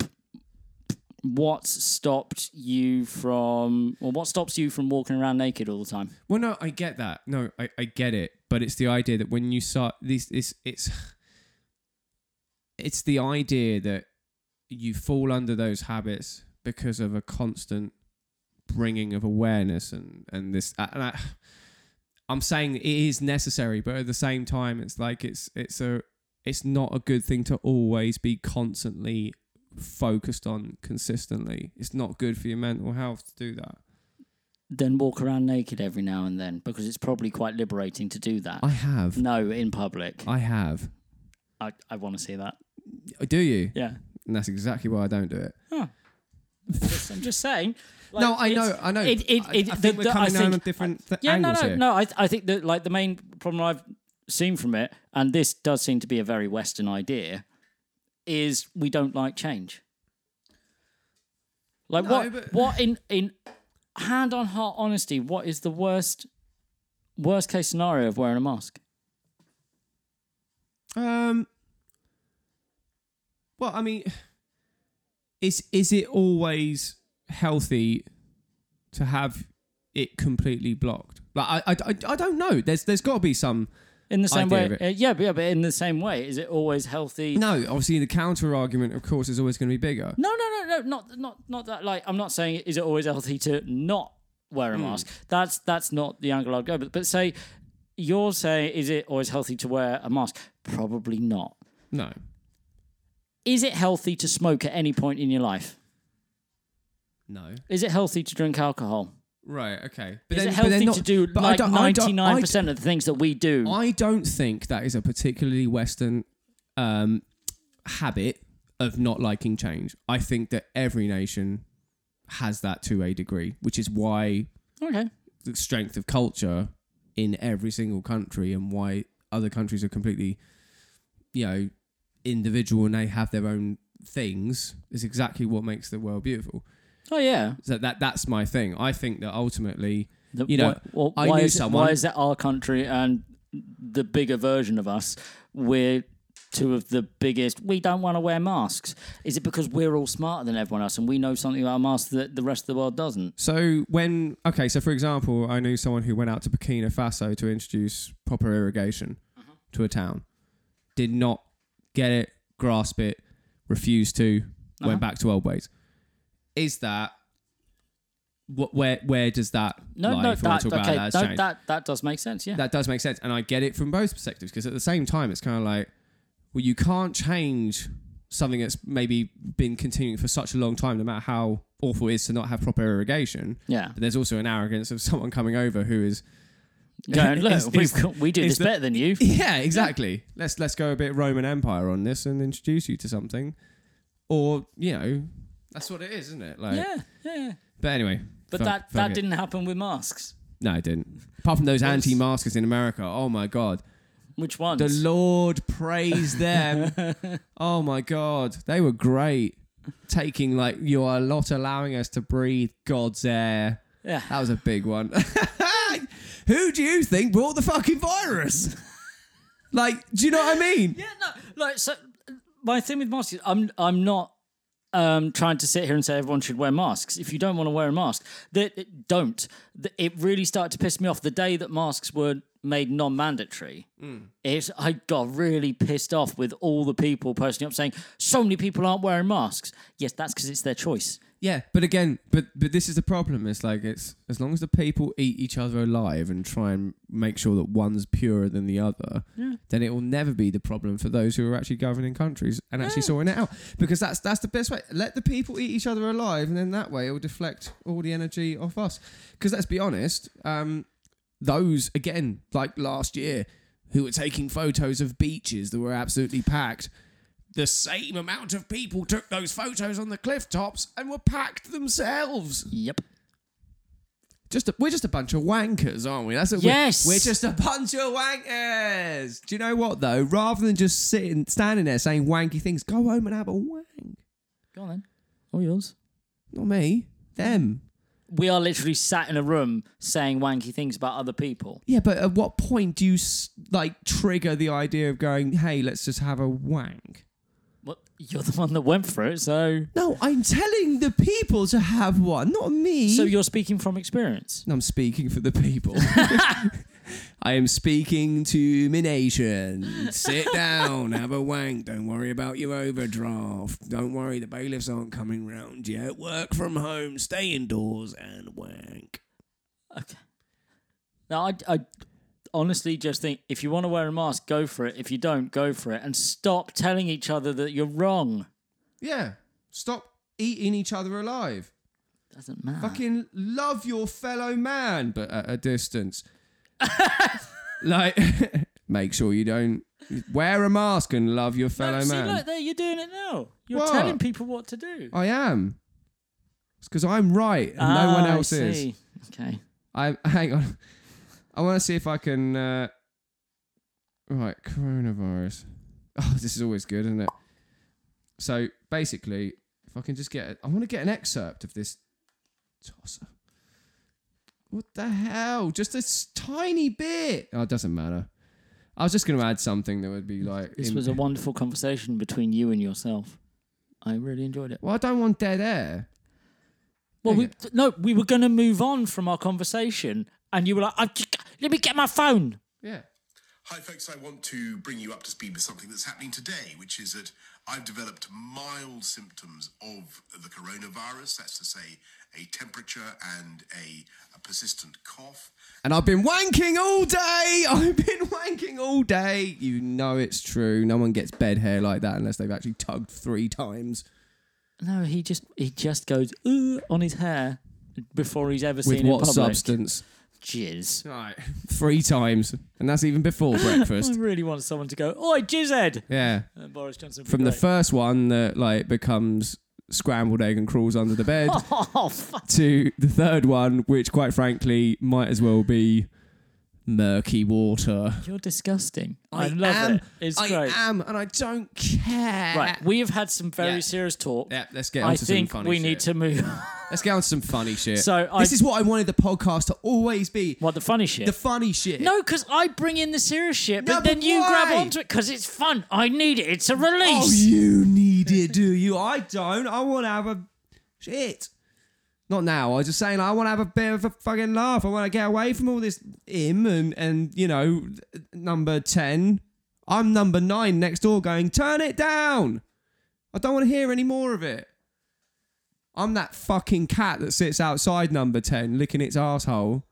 what stopped you from, or what stops you from walking around naked all the time?
Well, no, I get that. No, I, I get it. But it's the idea that when you start these, it's it's it's the idea that you fall under those habits because of a constant bringing of awareness and and this. And I, I'm saying it is necessary, but at the same time, it's like it's it's a it's not a good thing to always be constantly focused on consistently. It's not good for your mental health to do that.
Then walk around naked every now and then because it's probably quite liberating to do that.
I have.
no, in public,
I have.
I, I want to see that.
Oh, Do you?
Yeah,
And that's exactly why I don't do it.
I'm <laughs> just saying. like,
No, I
it's-
know, I know.
It, it,
I-
it,
I
the-
think we're
the- I
coming down
think-
on different th-
yeah,
angles
no, no,
here.
no. I, I think that like the main problem I've seen from it, and this does seem to be a very Western idea, is we don't like change. Like what?
but- <laughs>
What in in hand on heart honesty? What is the worst worst case scenario of wearing a mask?
Um. Well, I mean, is is it always healthy to have it completely blocked? Like, I, I, I, I don't know. There's there's got to be some.
In the same
Idea of it.
way, uh, yeah, but yeah, but in the same way, is it always healthy?
No, obviously the counter argument, of course, is always going to be bigger.
No, no, no, no, not not not that. Like, I'm not saying is it always healthy to not wear a mask. That's that's not the angle I'd go. But but say you're saying is it always healthy to wear a mask? Probably not.
No,
Is it healthy to smoke at any point in your life?
no.
Is it healthy to drink alcohol?
Right. Okay. But
Is
then-
it
but they're
healthy
not-
to do
but I
like
don't- I don't- I
99% of the things that we do?
I don't think that is a particularly Western um, habit of not liking change. I think that every nation has that to a degree, which is why
okay.
the strength of culture in every single country and why other countries are completely, you know, individual and they have their own things is exactly what makes the world beautiful.
Oh yeah.
So that that's my thing. I think that ultimately,
The-
you know,
why, well,
I
why
knew
is it-
someone.
why is that our country and the bigger version of us? We're two of the biggest. We don't want to wear masks. Is it because we're all smarter than everyone else and we know something about masks that the rest of the world doesn't?
So when okay, so for example, I knew someone who went out to Burkina Faso to introduce proper irrigation
Mm-hmm.
to a town. Did not get it, grasp it, refused to,
Uh-huh.
went back to old ways. Is that what? Where where does that
No,
lie
no,
if we want
that
to talk about
okay,
that as
no,
change?
that that does make sense. Yeah,
that does make sense, and I get it from both perspectives because at the same time, it's kind of like, well, you can't change something that's maybe been continuing for such a long time, no matter how awful it is to not have proper irrigation.
yeah.
But there's also an arrogance of <laughs> someone coming over who is
Going,
<laughs>
look,
Is-
we've
is-
got, we do
is
this
the-
better than you.
<laughs> yeah exactly let's let's go a bit roman empire on this and introduce you to something or you know that's what it is isn't it like
Yeah, yeah.
but anyway
But
fuck-
that
fuck
that
it.
didn't happen with masks.
no it didn't apart from those anti-maskers in america oh my god
Which ones?
the lord praise them oh my god they were great taking like you are not allowing us to breathe god's air
yeah.
That was a big one. <laughs> Who do you think brought the fucking virus? like, do you know what I mean?
Yeah, no, like so. My thing with masks, is I'm I'm not um, trying to sit here and say everyone should wear masks. If you don't want to wear a mask, that it- don't. That- It really started to piss me off the day that masks were made non-mandatory. It's I got really pissed off with all the people posting up saying so many people aren't wearing masks. Yes, that's because it's their choice.
Yeah, but again, but but this is the problem. It's like it's as long as the people eat each other alive and try and make sure that one's purer than the other, then it will never be the problem for those who are actually governing countries and actually sorting it out. Because that's that's the best way. Let the people eat each other alive, and then that way it will deflect all the energy off us. Because let's be honest, um, those again, like last year, who were taking photos of beaches that were absolutely packed the same amount of people took those photos on the cliff tops and were packed themselves.
Yep.
Just a, we're just a bunch of wankers, aren't we? That's what
Yes.
We're, we're just a bunch of wankers. Do you know what though? Rather than just sitting, standing there saying wanky things, go home and have a wank.
Go on then. All yours.
Not me. Them.
We are literally sat in a room saying wanky things about other people.
Yeah, but at what point do you s- like trigger the idea of going, "Hey, let's just have a wank"?
Well, you're the one that went for it, so
No, I'm telling the people to have one, not me.
so you're speaking from experience.
I'm speaking for the <laughs> people. I am speaking to Minasian.
Sit down, have a wank. Don't worry about your overdraft. Don't worry, the bailiffs aren't coming round yet. Work from home, stay indoors, and wank.
Okay. Now, I, I honestly just think if you want to wear a mask, go for it. If you don't, go for it, and stop telling each other that you're wrong.
Yeah. Stop eating each other alive.
Doesn't matter.
Fucking love your fellow man, but at
<laughs>
a distance. like, <laughs> make sure you don't wear a mask and love your fellow
See,
man.
look there, you're doing it now. You're
What?
telling people what to do.
I am. It's because I'm right and no one
Ah, I
else is.
see. Okay.
I <laughs> hang on. I want to see if I can. Uh, right, coronavirus. Oh, this is always good, isn't it? So basically, if I can just get, I want to get an excerpt of this tosser. What the hell? Just this tiny bit. Oh, it doesn't matter. I was just going to add something that would be like.
This
in-
was a wonderful conversation between you and yourself. I really enjoyed it.
<laughs> well, I don't want dead air.
Well, we, no, we were going to move on from our conversation, and you were like, I've just, "Let me get my phone."
Yeah.
Hi, folks. I want to bring you up to speed with something that's happening today, which is that I've developed mild symptoms of the coronavirus. That's to say, a temperature and a, a persistent cough.
And I've been wanking all day. <laughs> I've been wanking all day. You know it's true. No one gets bed hair like that unless they've actually tugged three times
No, he just he just goes ooh on his hair before he's ever
with
seen
what
it in public.
substance?
Jizz.
Right, three times, and that's even
<laughs>
before breakfast.
I really want someone to go, "Oi, jizzhead!"
Yeah,
And Boris Johnson would be
from the
like,
first one that like becomes scrambled egg and crawls under the bed
<laughs> Oh fuck!
to the third one, which quite frankly might as well be murky water.
You're disgusting. I, love
am,
it. It's
I
great.
am, and I don't care.
Right, we have had some very
Yeah.
serious talk.
Yeah, let's get
I
onto some
think
funny
we
shit.
need to move. <laughs>
Let's get on to some funny shit.
So, I-
this is what I wanted the podcast to always be:
what the funny shit?
the funny shit.
no, because I bring in the serious shit,
No,
but then
but
you grab
why?
onto it because it's fun. I need it. It's a release.
oh, you need it, do you? I don't. I want to have a shit. Not now. I was just saying I want to have a bit of a fucking laugh. I want to get away from all this him and and you know number ten. I'm number nine next door, going turn it down. I don't want to hear any more of it. I'm that fucking cat that sits outside number ten, licking its asshole.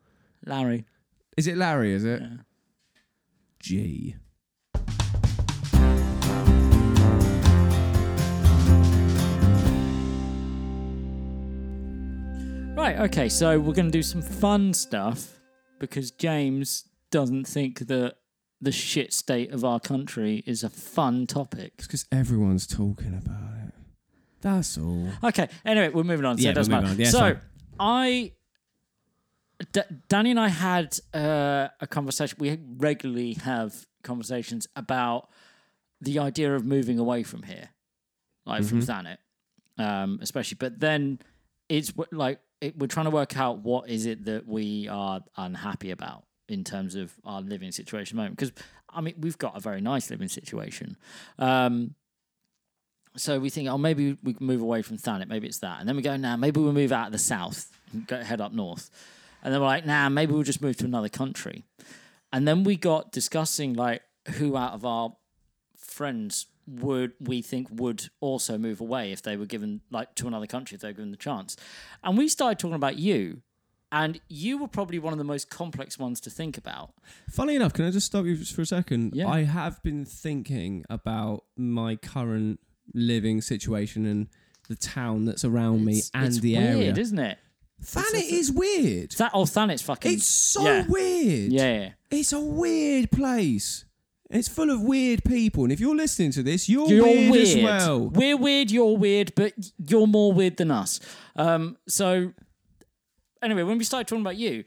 Larry.
Is it Larry? Is it? G.
Right, okay, so we're going to do some fun stuff because James doesn't think that the shit state of our country is a fun topic.
It's because everyone's talking about it. That's all.
Okay, anyway, we're moving on, so
Yeah,
it doesn't
we're moving
matter.
on. Yeah,
so,
sorry.
I. D- Danny and I had uh, a conversation. We regularly have conversations about the idea of moving away from here, like from Thanet,
Mm-hmm.
um, especially. But then it's w- like it, we're trying to work out what is it that we are unhappy about in terms of our living situation at the moment. Because I mean, we've got a very nice living situation. Um, so we think, oh, maybe we can move away from Thanet. Maybe it's that. And then we go, now nah, maybe we'll move out of the south and go head up north. And then we're like, nah, maybe we'll just move to another country. And then we got discussing like who out of our friends would we think would also move away if they were given like to another country if they were given the chance. And we started talking about you, and you were probably one of the most complex ones to think about.
Funny enough, can I just stop you just for a second?
Yeah.
I have been thinking about my current living situation and the town that's around me
It's-
and
it's
the
weird,
area.
isn't it?
Fan, it is weird.
That oh, Thanet's fucking.
It's so
yeah.
weird.
Yeah, yeah.
It's a weird place. It's full of weird people. And if you're listening to this, you're,
You're
weird,
weird.
as well.
We're weird. You're weird, but you're more weird than us. Um, so, anyway, when we started talking about you,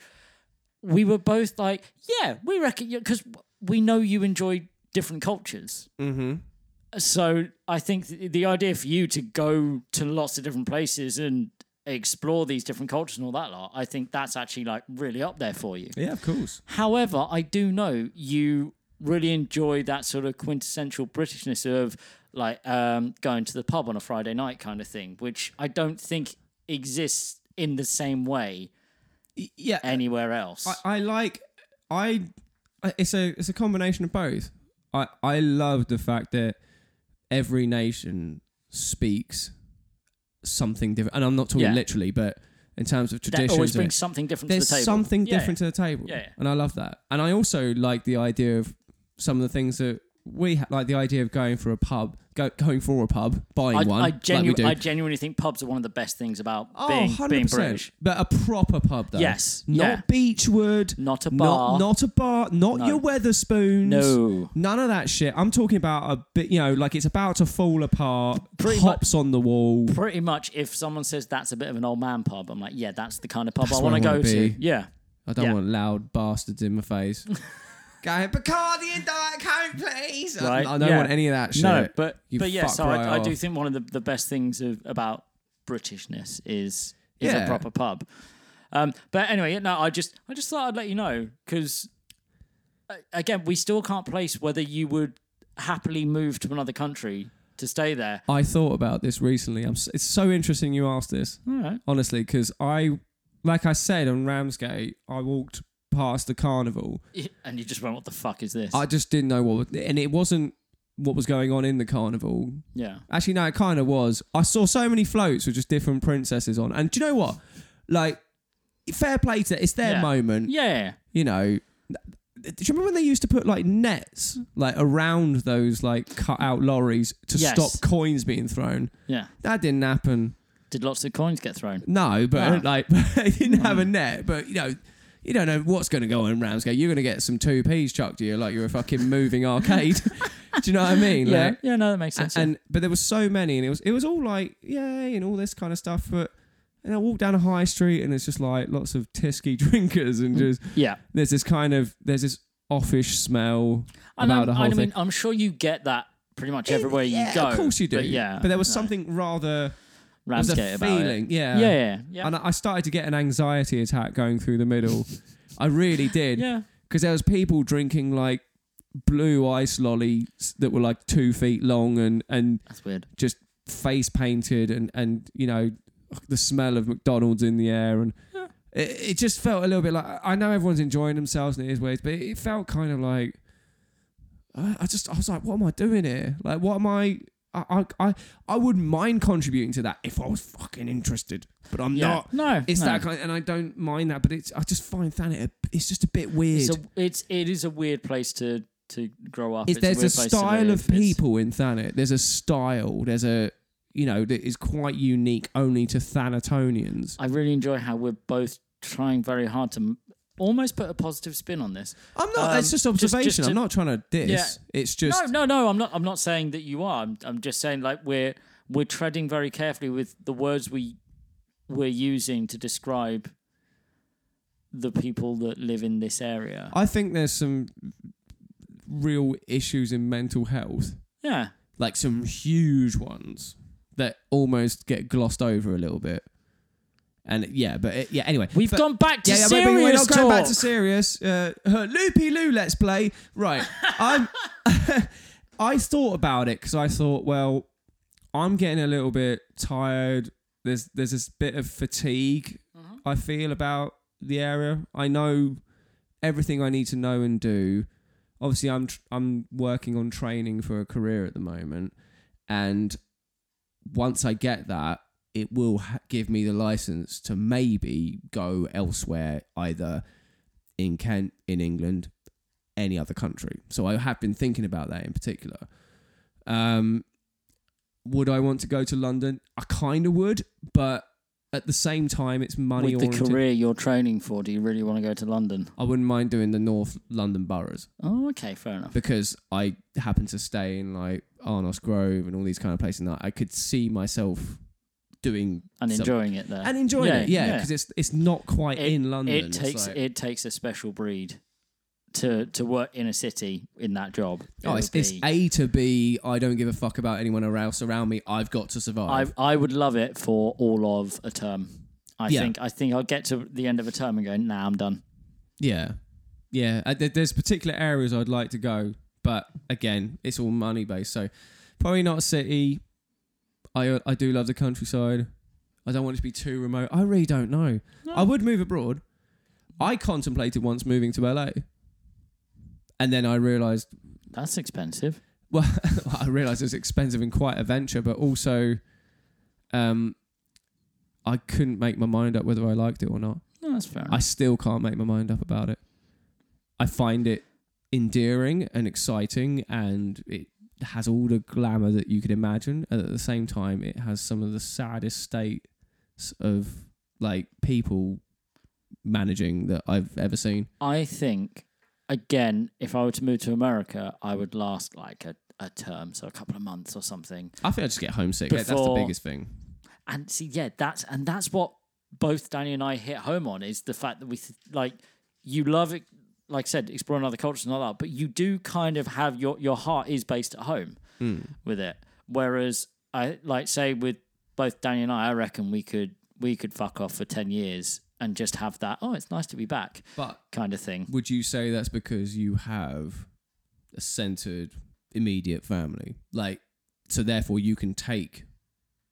we were both like, yeah, we reckon because we know you enjoy different cultures. Mm-hmm. So I think th- the idea for you to go to lots of different places and explore these different cultures and all that lot, I think that's actually like really up there for you.
Yeah, of course.
However, I do know you really enjoy that sort of quintessential Britishness of like um, going to the pub on a Friday night kind of thing, which I don't think exists in the same way
Yeah,
anywhere else.
I like I I- it's a it's a combination of both. I I love the fact that every nation speaks something different, and I'm not talking
Yeah.
literally, but in terms of
that
traditions,
always
and-
brings something different
there's
to the table.
something
Yeah,
different
yeah.
to the table,
Yeah, yeah.
and I love that. And I also like the idea of some of the things that we ha- like the idea of going for a pub, go, going for a pub, buying
I,
one.
I,
like we
genu-
do.
I genuinely think pubs are one of the best things about
Oh,
being,
100%.
being British.
But a proper pub, though.
Yes,
Not
yeah.
Beechwood.
Not a bar.
Not, not a bar. Not your Weatherspoons.
No.
None of that shit. I'm talking about a bit, you know, like it's about to fall apart.
Pretty
Hops on the wall.
Pretty much, if someone says that's a bit of an old man pub, I'm like, yeah, that's the kind of pub
That's
I
where I
want to go
wanna be.
to. Yeah.
I don't
yeah.
want loud bastards in my <laughs> face. Go Bacardi and Diet Coke, please. I-
right?
I, don't
Yeah.
want any of that shit.
No, but
You
but yeah,
fuck
so
right
I, I do
off.
think one of the, the best things of, about Britishness is is a
Yeah.
proper pub. Um, but anyway, no, I just I just thought I'd let you know because again, we still can't place whether you would happily move to another country to stay there.
I thought about this recently. I'm, s- it's so interesting you asked this.
Alright.
Honestly, because I, like I said on Ramsgate, I walked past the carnival
And you just went, what the fuck is this?
I just didn't know what, and it wasn't what was going on in the carnival.
yeah,
Actually, no, it kind of was. I saw so many floats with just different princesses on, and do you know what? Like, fair play to it's their
Yeah.
moment.
yeah,
You know, do you remember when they used to put like nets like around those like cut out lorries to
Yes.
stop coins being thrown?
yeah.
That didn't happen.
Did lots of coins get thrown?
No, but
No.
like <laughs> they didn't have a net. But you know, you don't know what's going to go on in Ramsgate. You're going to get some two peas chucked to you like you're a fucking
<laughs>
moving arcade. <laughs> Do you know what I mean?
Yeah,
Like,
yeah. No, that makes sense.
and but there were so many, and it was it was all like yay and all this kind of stuff. But and I walk down a high street, and it's just like lots of tisky <laughs> drinkers, and just
yeah.
there's this kind of there's this offish smell
And
about
I'm-
the whole
I
thing.
mean, I'm sure you get that pretty much everywhere you go.
Of course you do.
But yeah,
But there was something rather there was a
Ramsgate about it.
feeling. Yeah.
Yeah, yeah, yeah.
And I started to get an anxiety attack going through the
<laughs>
middle. I really did.
Yeah.
Because there was people drinking like blue ice lollies that were like two feet long and and
That's weird.
just face painted and and you know the smell of McDonald's in the air and it, it just felt a little bit like I know everyone's enjoying themselves in it is ways, but it felt kind of like I I just I was like, what am I doing here? Like, what am I? I I I, I wouldn't mind contributing to that if I was fucking interested, but I'm
Yeah.
not.
No,
it's
no.
that kind, and I don't mind that, but it's I just find that it it's just a bit weird.
It's a, it's it is a weird place to to grow up.
It's-
It's
there's a,
weird place to
style
live.
of
It's-
people in Thanet. There's a style. There's a you know that is quite unique only to Thanatonians.
I really enjoy how we're both trying very hard to m- almost put a positive spin on this.
I'm not.
Um,
it's just
just- just
observation.
to-
I'm not trying to diss.
Yeah.
It's just
no, no, no. I'm not. I'm not saying that you are. I'm, I'm just saying like we're we're treading very carefully with the words we we're using to describe the people that live in this area.
I think there's some real issues in mental health,
yeah.
like some huge ones that almost get glossed over a little bit. And yeah, but it, yeah. Anyway,
We've
But-
gone back to
yeah, yeah,
serious
but we're not
talk.
going back to serious. Uh, uh, Loopy Lou, let's play. Right, I'm. <laughs> I thought about it because I thought, well, I'm getting a little bit tired. There's there's this bit of fatigue
Mm-hmm.
I feel about the area. I know everything I need to know and do. Obviously, I'm tr- I'm working on training for a career at the moment, and once I get that, it will ha- give me the license to maybe go elsewhere, either in Kent, in England, any other country. So I have been thinking about that in particular. Um, would I want to go to London? I kind of would, but at the same time, it's money
With the
oriented.
career you're training for, do you really want to go to London?
I wouldn't mind doing the North London boroughs
Oh, okay, fair enough.
because I happen to stay in like Arnos Grove and all these kind of places. And I I could see myself
doing
and
some-
enjoying it there
and enjoying it. Yeah, because it's it's not quite
It-
in London.
It
It's
takes
like-
it takes a special breed to to work in a city in that job.
Oh, it's,
It'll
it's
be-
A to B. I don't give a fuck about anyone else around me. I've got to
I
survive.
I would love it for all of a term. I
Yeah.
think I think I'll get to the end of a term and go, nah, I'm done.
yeah,
Yeah, uh, there- there's particular areas I'd like to go, but again, it's all money based. So probably not a city. I uh, I do love the countryside. I don't want it to be too remote. I really don't know. I would move abroad. I contemplated once moving to LA, and then I realised
That's expensive.
well, <laughs> I realised it was expensive and quite a venture, but also, um, I couldn't make my mind up whether I liked it or not.
No, that's fair.
I
Enough.
still can't make my mind up about it. I find it endearing and exciting, and it has all the glamour that you could imagine. And at the same time, it has some of the saddest states of like people managing that I've ever seen.
I, think again, if I were to move to America, I would last like a, a term, so a couple of months or something.
I think I just get homesick.
Yeah, that's the
that's the
Before-
biggest
biggest
thing.
and see yeah that's and that's what both danny and i hit home on is the fact that we th- like you love it like i said exploring other cultures and all that but you do kind of have your your heart is based at home
Hmm.
with it whereas i like say with both danny and i i reckon we could we could fuck off for 10 years and just have that oh it's nice to be back
But
kind of thing
would you say that's because you have a centered immediate family like so therefore you can take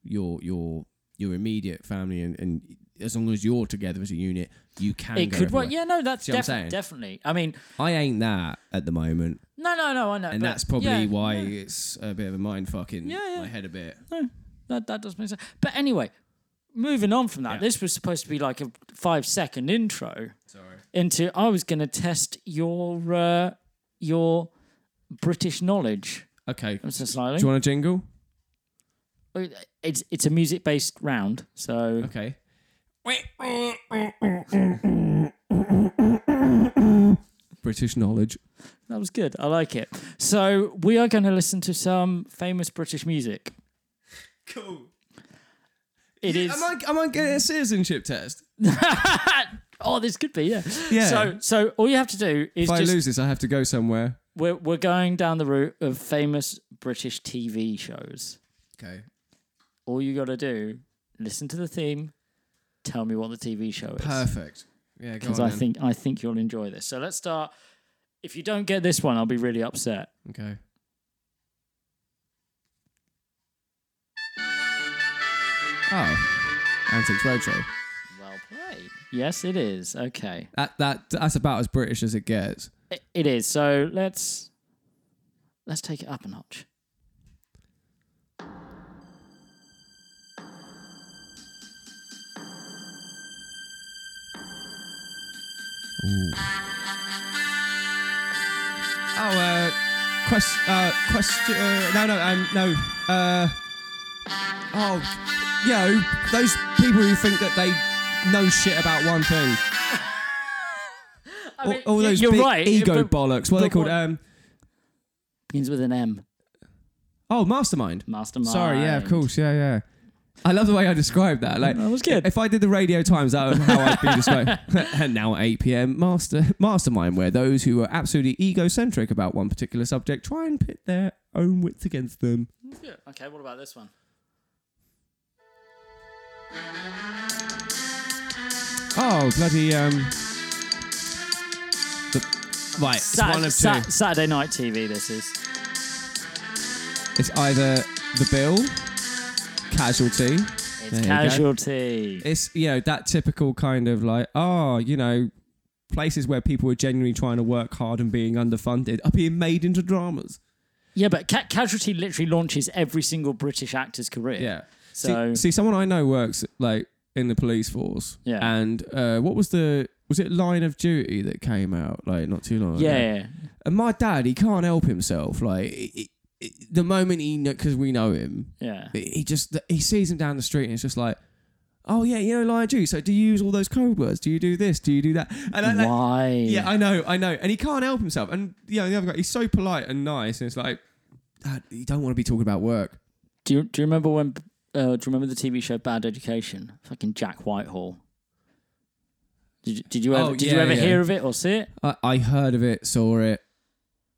your your your immediate family and, and as long as you're together as a unit you can
it
go
could work
everywhere.
yeah no that's
See what I'm saying?
definitely definitely
i
i mean
ain't that at the moment
no no no i know
and
but
that's probably
yeah,
why
no.
it's a bit of a mind fucking
Yeah, yeah.
my head a bit
no, Eh, that that does make sense. But anyway, moving on from that, this was supposed to be like a five second intro. Sorry. Into I was going to test your uh, your British knowledge.
okay
I'm
do
so slightly. Oh,
you want a jingle
It's it's a music based round, so
okay british knowledge
that was good. I like it. So we are going to listen to some famous British music.
cool
It is.
am i am i getting a citizenship test
<laughs> oh, this could be yeah.
Yeah.
So so all you have to do is
if i
just
lose this i have to go somewhere
we're we're going down the route of famous British TV shows.
okay
all you got to do listen to the theme tell me what the tv show is
Perfect. Yeah, go
because
on
i
then.
think i think you'll enjoy this so let's start if you don't get this one i'll be really upset
Okay. Oh, Antiques Roadshow.
well played yes it is okay
That that that's about as British as it gets.
I- it is so let's let's take it up a notch
Oh, uh, quest, uh, question. Uh, no, no, um, no. Uh, oh, you know those people who think that they know shit about one thing. all, all
y-
those
you're
big
right,
ego
but-
bollocks. What are they
but
called?
what-
Um,
begins with an m
oh, Mastermind.
mastermind
Sorry, yeah, of course, yeah, yeah. I love the way I described that. Like,
That was good.
If I did the radio times, that was how I'd be
<laughs>
described. <laughs> and now at 8 p.m., master mastermind, where those who are absolutely egocentric about one particular subject try and pit their own wits against them.
Yeah, okay what about this one
Oh, bloody um. The, right, it's
Sat-
one of
Sat-
two.
saturday night tv this is
It's either the bill, casualty.
it's
There you go.
casualty
It's you know that typical kind of like oh you know places where people are genuinely trying to work hard and being underfunded are being made into dramas.
yeah but ca- casualty literally launches every single british actor's career so
see, see, someone I know works like in the police force.
Yeah.
And uh, what was the was it Line of Duty that came out like not too long ago?
yeah, yeah.
And my dad, he can't help himself. Like it, it, it- the moment he because we know him,
Yeah.
he just he sees him down the street and it's just like. Oh yeah, you know, Lion Jew. So, do you use all those code words? Do you do this? Do you do that? And I, like,
Why?
Yeah, I know, I know. And he can't help himself. And yeah, the other guy, he's so polite and nice, and it's like, Dad, you don't want to be talking about work.
do you do you remember when Uh, do you remember the TV show Bad Education? Fucking Jack Whitehall. Did you, did you ever
Oh,
did you
yeah,
ever
yeah.
hear of it or see it?
I, I heard of it, saw it.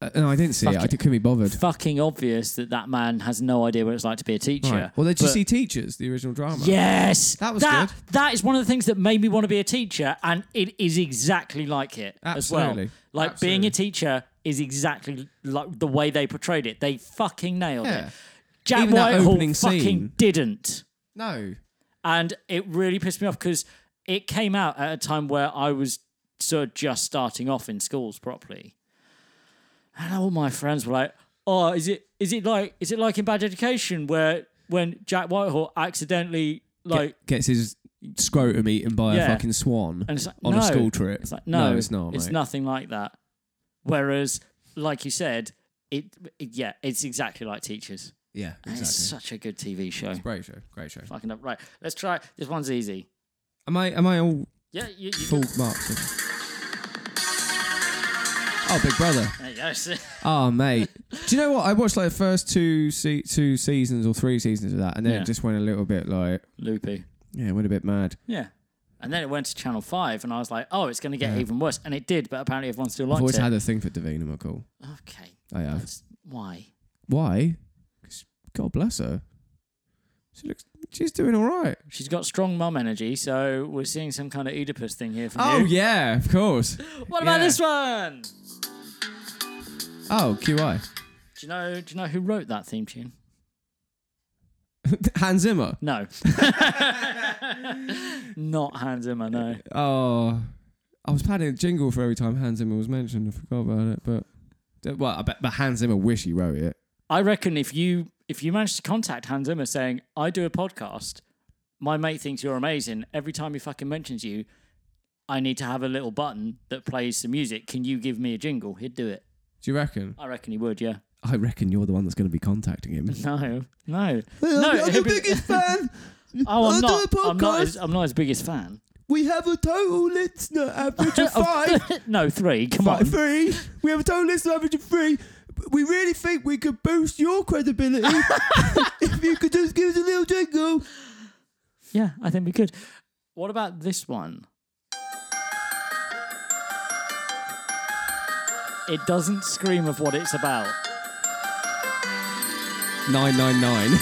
Uh, no, I didn't see
Fuck
it. I
it.
couldn't be bothered.
Fucking obvious that that man has no idea what it's like to be a teacher.
Right. Well, did you
But-
see Teachers, the original drama?
Yes,
That was
that,
good.
That is one of the things that made me want to be a teacher, and it is exactly like it as well.
Absolutely.
Like being a teacher is exactly like the way they portrayed it. They fucking nailed
Yeah.
it. Jack
Even that
Whitehall
opening
fucking
scene.
didn't,
No.
and it really pissed me off because it came out at a time where I was sort of just starting off in schools properly, and all my friends were like, "Oh, is it is it like is it like in Bad Education where when Jack Whitehall accidentally like."
Gets his scrotum eaten by
Yeah.
a fucking swan
And it's like,
on
no.
a school trip.
It's like no,
it's not.
It's
mate.
nothing like that. Whereas, like you said, it, it- yeah, it's exactly like teachers.
Yeah,
And
exactly.
It's such a good TV show.
Great show. Great show.
Fucking up. Right, let's try. This one's easy.
Am I am I all
Yeah, you. you
full marks? Oh, Big Brother.
<laughs> There you go.
Oh, mate. Do you know what? I watched like the first two se- two seasons or three seasons of that, and then
Yeah.
it just went a little bit like
Loopy.
yeah, it went a bit mad.
Yeah. And then it went to Channel Five, and I was like, "Oh, it's going to get even worse," and it did. But apparently, everyone still
I've
likes
always
it.
had Uh, a thing for Davina McCall.
okay,
I have.
that's why.
Why? 'Cause God bless her. She looks. She's doing all right.
She's got strong mum energy, so we're seeing some kind of Oedipus thing here from
Oh
you.
yeah, of course.
What about
yeah.
this one? Do
Oh, QI.
you know? Do you know who wrote that theme tune?
Hans Zimmer.
No. <laughs> Not Hans Zimmer, no.
Oh, I was planning a jingle for every time Hans Zimmer was mentioned. I forgot about it, but d- well, I bet. But Hans Zimmer wish he wrote it.
I reckon if you if you manage to contact Hans Zimmer saying, I do a podcast, my mate thinks you're amazing. Every time he fucking mentions you, I need to have a little button that plays some music. Can you give me a jingle? He'd do it.
Do you reckon?
I reckon he would, yeah.
I reckon you're the one that's going to be contacting him.
No. No. No, he'd be-
<laughs> fan.
Oh, I'm
I'll do
not,
a
I'm not
podcast.
his, I'm not his biggest fan.
We have a total listener average <laughs> of five, <laughs>
no, three. Come on.
five, three. We have a total listener average of three. We really think we could boost your <laughs> credibility if you could just give us a little jingle.
Yeah, I think we could. What about this one? It doesn't scream of what it's about.
Nine nine nine. <laughs>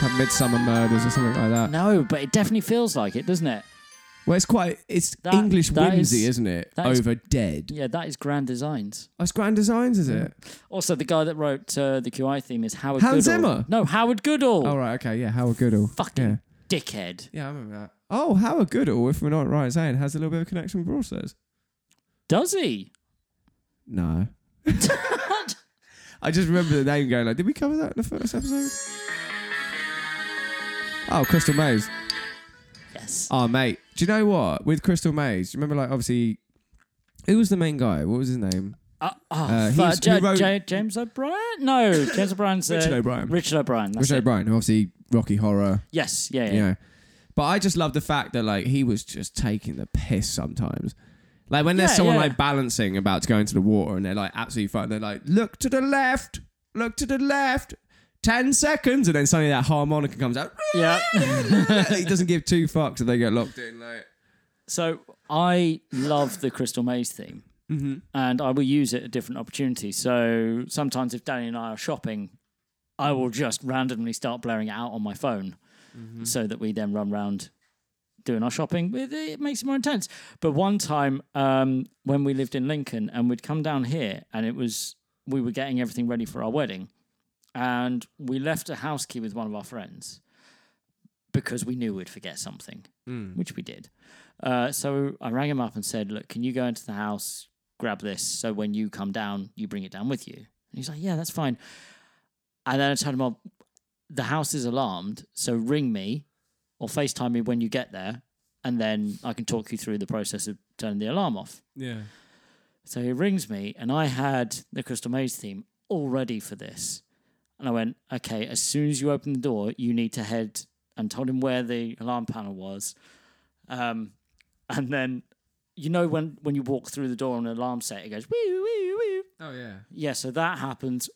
Have Midsummer Murders or something like that.
No, but it definitely feels like it, doesn't it?
Well, it's quite it's
That-
English
that
whimsy,
is-
is, not it?
that is-
Over dead.
Yeah, that is Grand Designs.
That's Oh, Grand Designs, is it?
Also, the guy that wrote uh, the QI theme is Howard
Hans
Goodall.
Zimmer?
No, Howard Goodall.
Oh right, okay, yeah. Howard Goodall.
Fucking
Yeah.
dickhead.
Yeah, I remember that. Oh, Howard Goodall, if we're not right in saying, has a little bit of connection with Broadstairs.
Does he?
No. I just remember the name going like, did we cover that in the first episode? Oh, Crystal Maze.
Yes.
Oh, mate. Do you know what? With Crystal Maze, do you remember, like, obviously, who was the main guy? What was his name?
Uh, oh,
he's-
fuck,
he
J-
wrote-
J- James O'Brien? No, James O'Brien's uh,
Richard O'Brien.
Richard O'Brien. That's
Richard
it.
O'Brien, who obviously Rocky Horror,
Yes. Yeah. Yeah.
you know. But I just love the fact that, like, he was just taking the piss sometimes. Like, when
Yeah,
there's someone,
yeah.
like, balancing about to go into the water and they're, like, absolutely fine. They're like, look to the left, look to the left, 10 seconds. And then suddenly that harmonica comes out. <laughs>
yeah.
he doesn't give two fucks if they get locked in. Like,
So I love the Crystal Maze theme, and I will use it at different opportunities. So sometimes if Danny and I are shopping, I will just randomly start blaring it out on my phone, so that we then run round doing our shopping. It, it makes it more intense. But one time um, when we lived in Lincoln, and we'd come down here, and it was we were getting everything ready for our wedding, and we left a house key with one of our friends because we knew we'd forget something, which we did. Uh, so I rang him up and said, "Look, can you go into the house, grab this, so when you come down, you bring it down with you?" And he's like, "Yeah, that's fine." And then I told him, "Well, the house is alarmed, so ring me or FaceTime me when you get there, and then I can talk you through the process of turning the alarm off."
Yeah.
So he rings me, and I had the Crystal Maze theme all ready for this. And I went, okay, as soon as you open the door, you need to head and told him where the alarm panel was. Um, and then you know when when you walk through the door and an alarm set, it goes woo woo woo.
Oh yeah.
Yeah, so that happens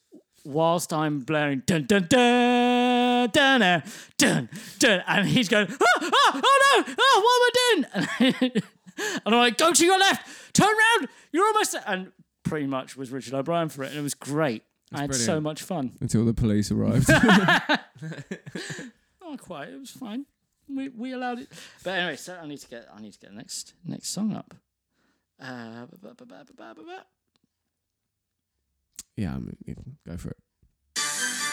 whilst I'm blaring dun dun dun dun uh, dun dun, and he's going ah, ah, oh no oh what am I doing? <laughs> And I'm like, go to your left, turn round, you're almost. there." And pretty much was Richard O'Brien for it, and it was great. I had so
brilliant.
much fun.
Until the police arrived. <laughs>
Not Oh, quite. It was fine. We we allowed it. But anyway, so I need to get I need to get the next next song up. Uh, ba- ba- ba- ba- ba- ba- ba.
yeah, I mean, you can go for it.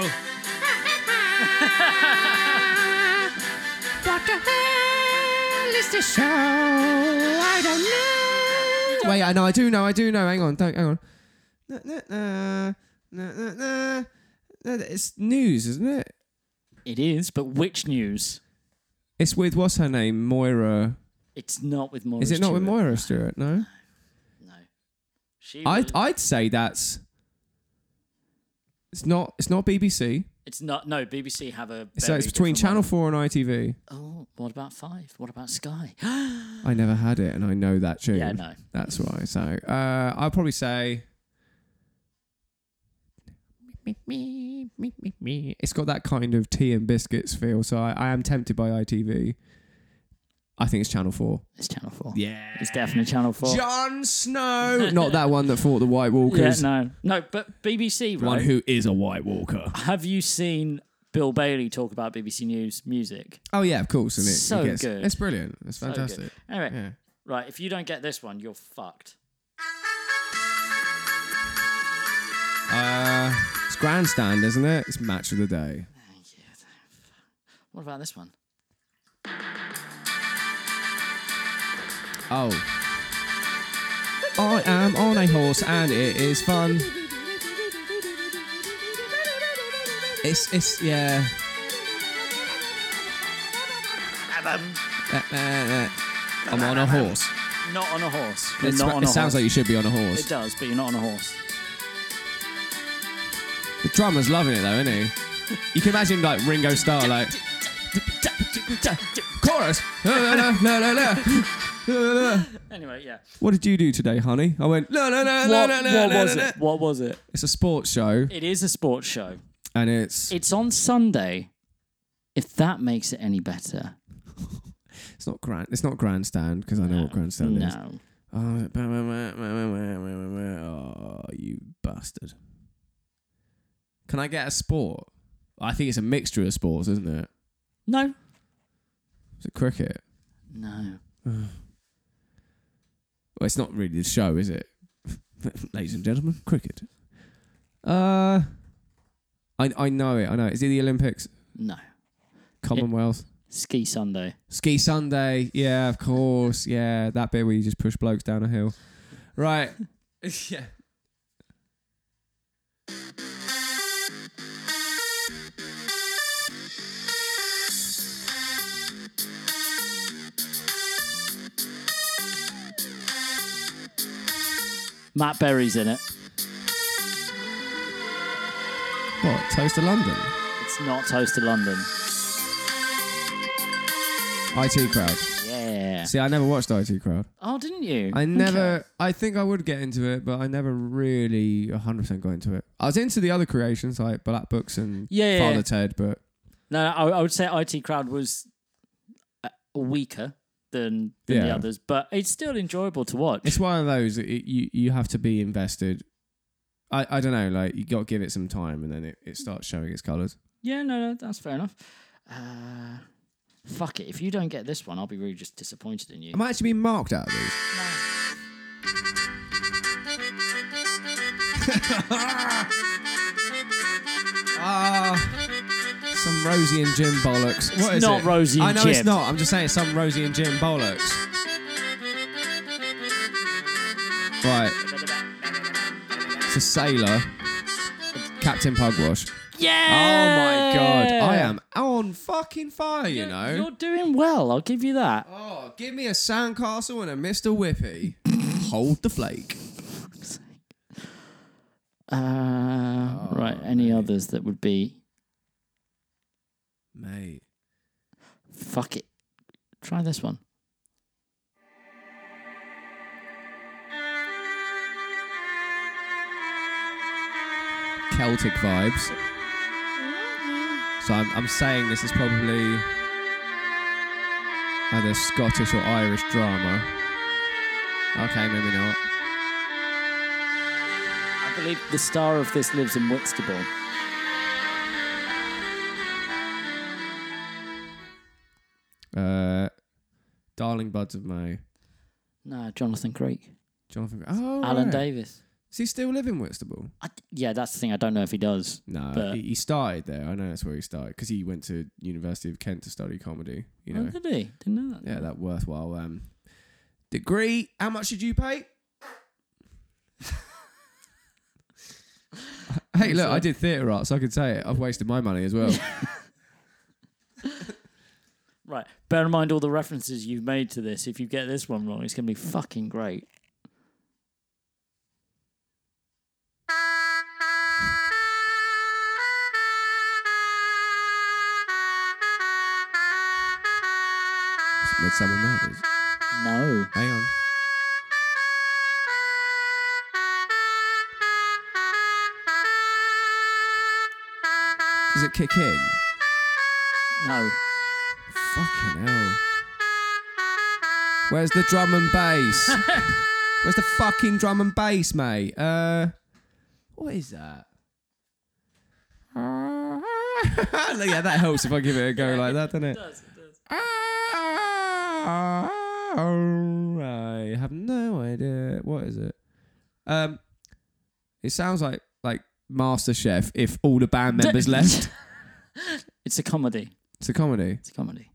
<laughs> What the hell is this show? I don't know.
Wait, I know, I do know, I do know. Hang on, don't, hang on. Na, na, na, na, na, na. Na, na, It's news, isn't it?
It is, but which news?
It's with what's her name, Moira.
It's not with Maura.
Is it not with
Stewart.
Moira Stewart? No.
No. She
I
was-
I'd say that's. It's not. It's not BBC.
it's not no BBC have a
so
very
it's between
different
Channel
one.
Four and ITV.
Oh, what about 5? What about Sky? <gasps>
I never had it, and I know that tune.
Yeah, no.
That's why. So uh, I'll probably say. It's got that kind of tea and biscuits feel, so I, I am tempted by ITV. I think it's Channel Four.
It's Channel 4.
Yeah,
It's definitely Channel 4.
Jon
<laughs>
Snow, not that one that fought the White Walkers.
Yeah, no. No, but BBC,
One
right?
who is a White Walker.
have you seen Bill Bailey talk about BBC News music?
Oh yeah, of course. And it,
So
it gets-
good.
It's brilliant. It's
So good.
fantastic.
Anyway,
Yeah.
right, if you don't get this one, you're fucked.
Uh, it's grandstand, isn't it? It's match of the day.
What about this one?
Oh. I am on a horse and it is fun. It's it's yeah. Uh, uh, uh. I'm on a horse.
Not on a horse. You're
It's,
not on
it
a
sounds like
horse.
you should be on a
It
horse.
does, but you're not on a horse.
The drummer's loving it though, isn't he? You can imagine like Ringo Starr like chorus. <laughs> La, la, la, la, la, la.
Anyway, yeah.
What did you do today, honey? I went la la la la
What,
la la.
what
la,
was
la.
it? What was it?
It's a sports show
It is a sports show.
and it's
It's on Sunday. If that makes it any better,
It's not grand. It's not grandstand because I know what grandstand is.
no.
Oh, oh, you bastard! Can I get a sport? I think it's a mixture of sports, isn't it?
No.
Is it cricket?
No.
Well, it's not really the show, is it? <laughs> Ladies and gentlemen, cricket. Uh, I I know it. I know. it. Is it the Olympics,
No.
Commonwealth,
Ski Sunday.
Ski Sunday? Yeah, of course. Yeah, that bit where you just push blokes down a hill.
<laughs>
Right.
yeah.
Matt Berry's in it.
What? Toast to London.
It's not Toast to London.
IT crowd.
Yeah.
See, I never watched IT Crowd.
Oh, didn't you?
I
Okay.
never. I think I would get into it, but I never really 100% got into it. I was into the other creations like Black Books and
Yeah, yeah,
Father
yeah.
Ted, but
No, no, I, I would say IT Crowd was uh, weaker than, than the
Yeah.
others, but it's still enjoyable to watch.
it's one of those that it, you you have to be invested. I, I don't know, like you got to give it some time, and then it, it starts showing its colours.
yeah, no, no, that's fair enough. Uh, fuck it. If you don't get this one, I'll be really just disappointed in you.
Am I actually being marked out of <laughs> these? Ah, some Rosie and Jim bollocks. What is
not
it?
Rosie
I
and
know it's
Jim.
not. I'm just saying it's some Rosie and Jim bollocks. Right. It's a sailor. Captain Pugwash.
Yeah.
Oh my god, I am on fucking fire, you know.
You're doing well. I'll give you that.
Oh, give me a sandcastle and a Mr. Whippy. <laughs> Hold the flake.
Uh,
Oh,
right. Any others that would be?
Mate.
Fuck it. Try this one.
Celtic vibes. So I'm, I'm saying this is probably either Scottish or Irish drama. Okay, maybe not.
I believe the star of this lives in Whitstable.
Uh, Darling Buds of May.
No, Jonathan Creek.
Jonathan. Oh,
Alan
right.
Davis.
Does he still live in Whitstable?
I, yeah, that's the thing. I don't know if he does.
No,
But-
he, he started there. I know that's where he started because he went to University of Kent to study comedy. You know,
Oh, did he? Didn't know that.
yeah, that worthwhile um, degree. How much did you pay? <laughs> hey, look, I did theatre arts. I could say it. I've wasted my money as well.
Right. Bear in mind all the references you've made to this. If you get this one wrong, it's going to be fucking great.
Midsummer Murders.
No.
Hang on. Does it kick in?
No.
Fucking hell. Where's the drum and bass? <laughs> Where's the fucking drum and bass, mate? Uh, what is that? <laughs> yeah, that helps if I give it a go like that, doesn't it? I have no idea. What is it? Um, it sounds like like Master Chef if all the band <laughs> members left.
<laughs> It's a comedy.
It's a comedy.
It's a comedy.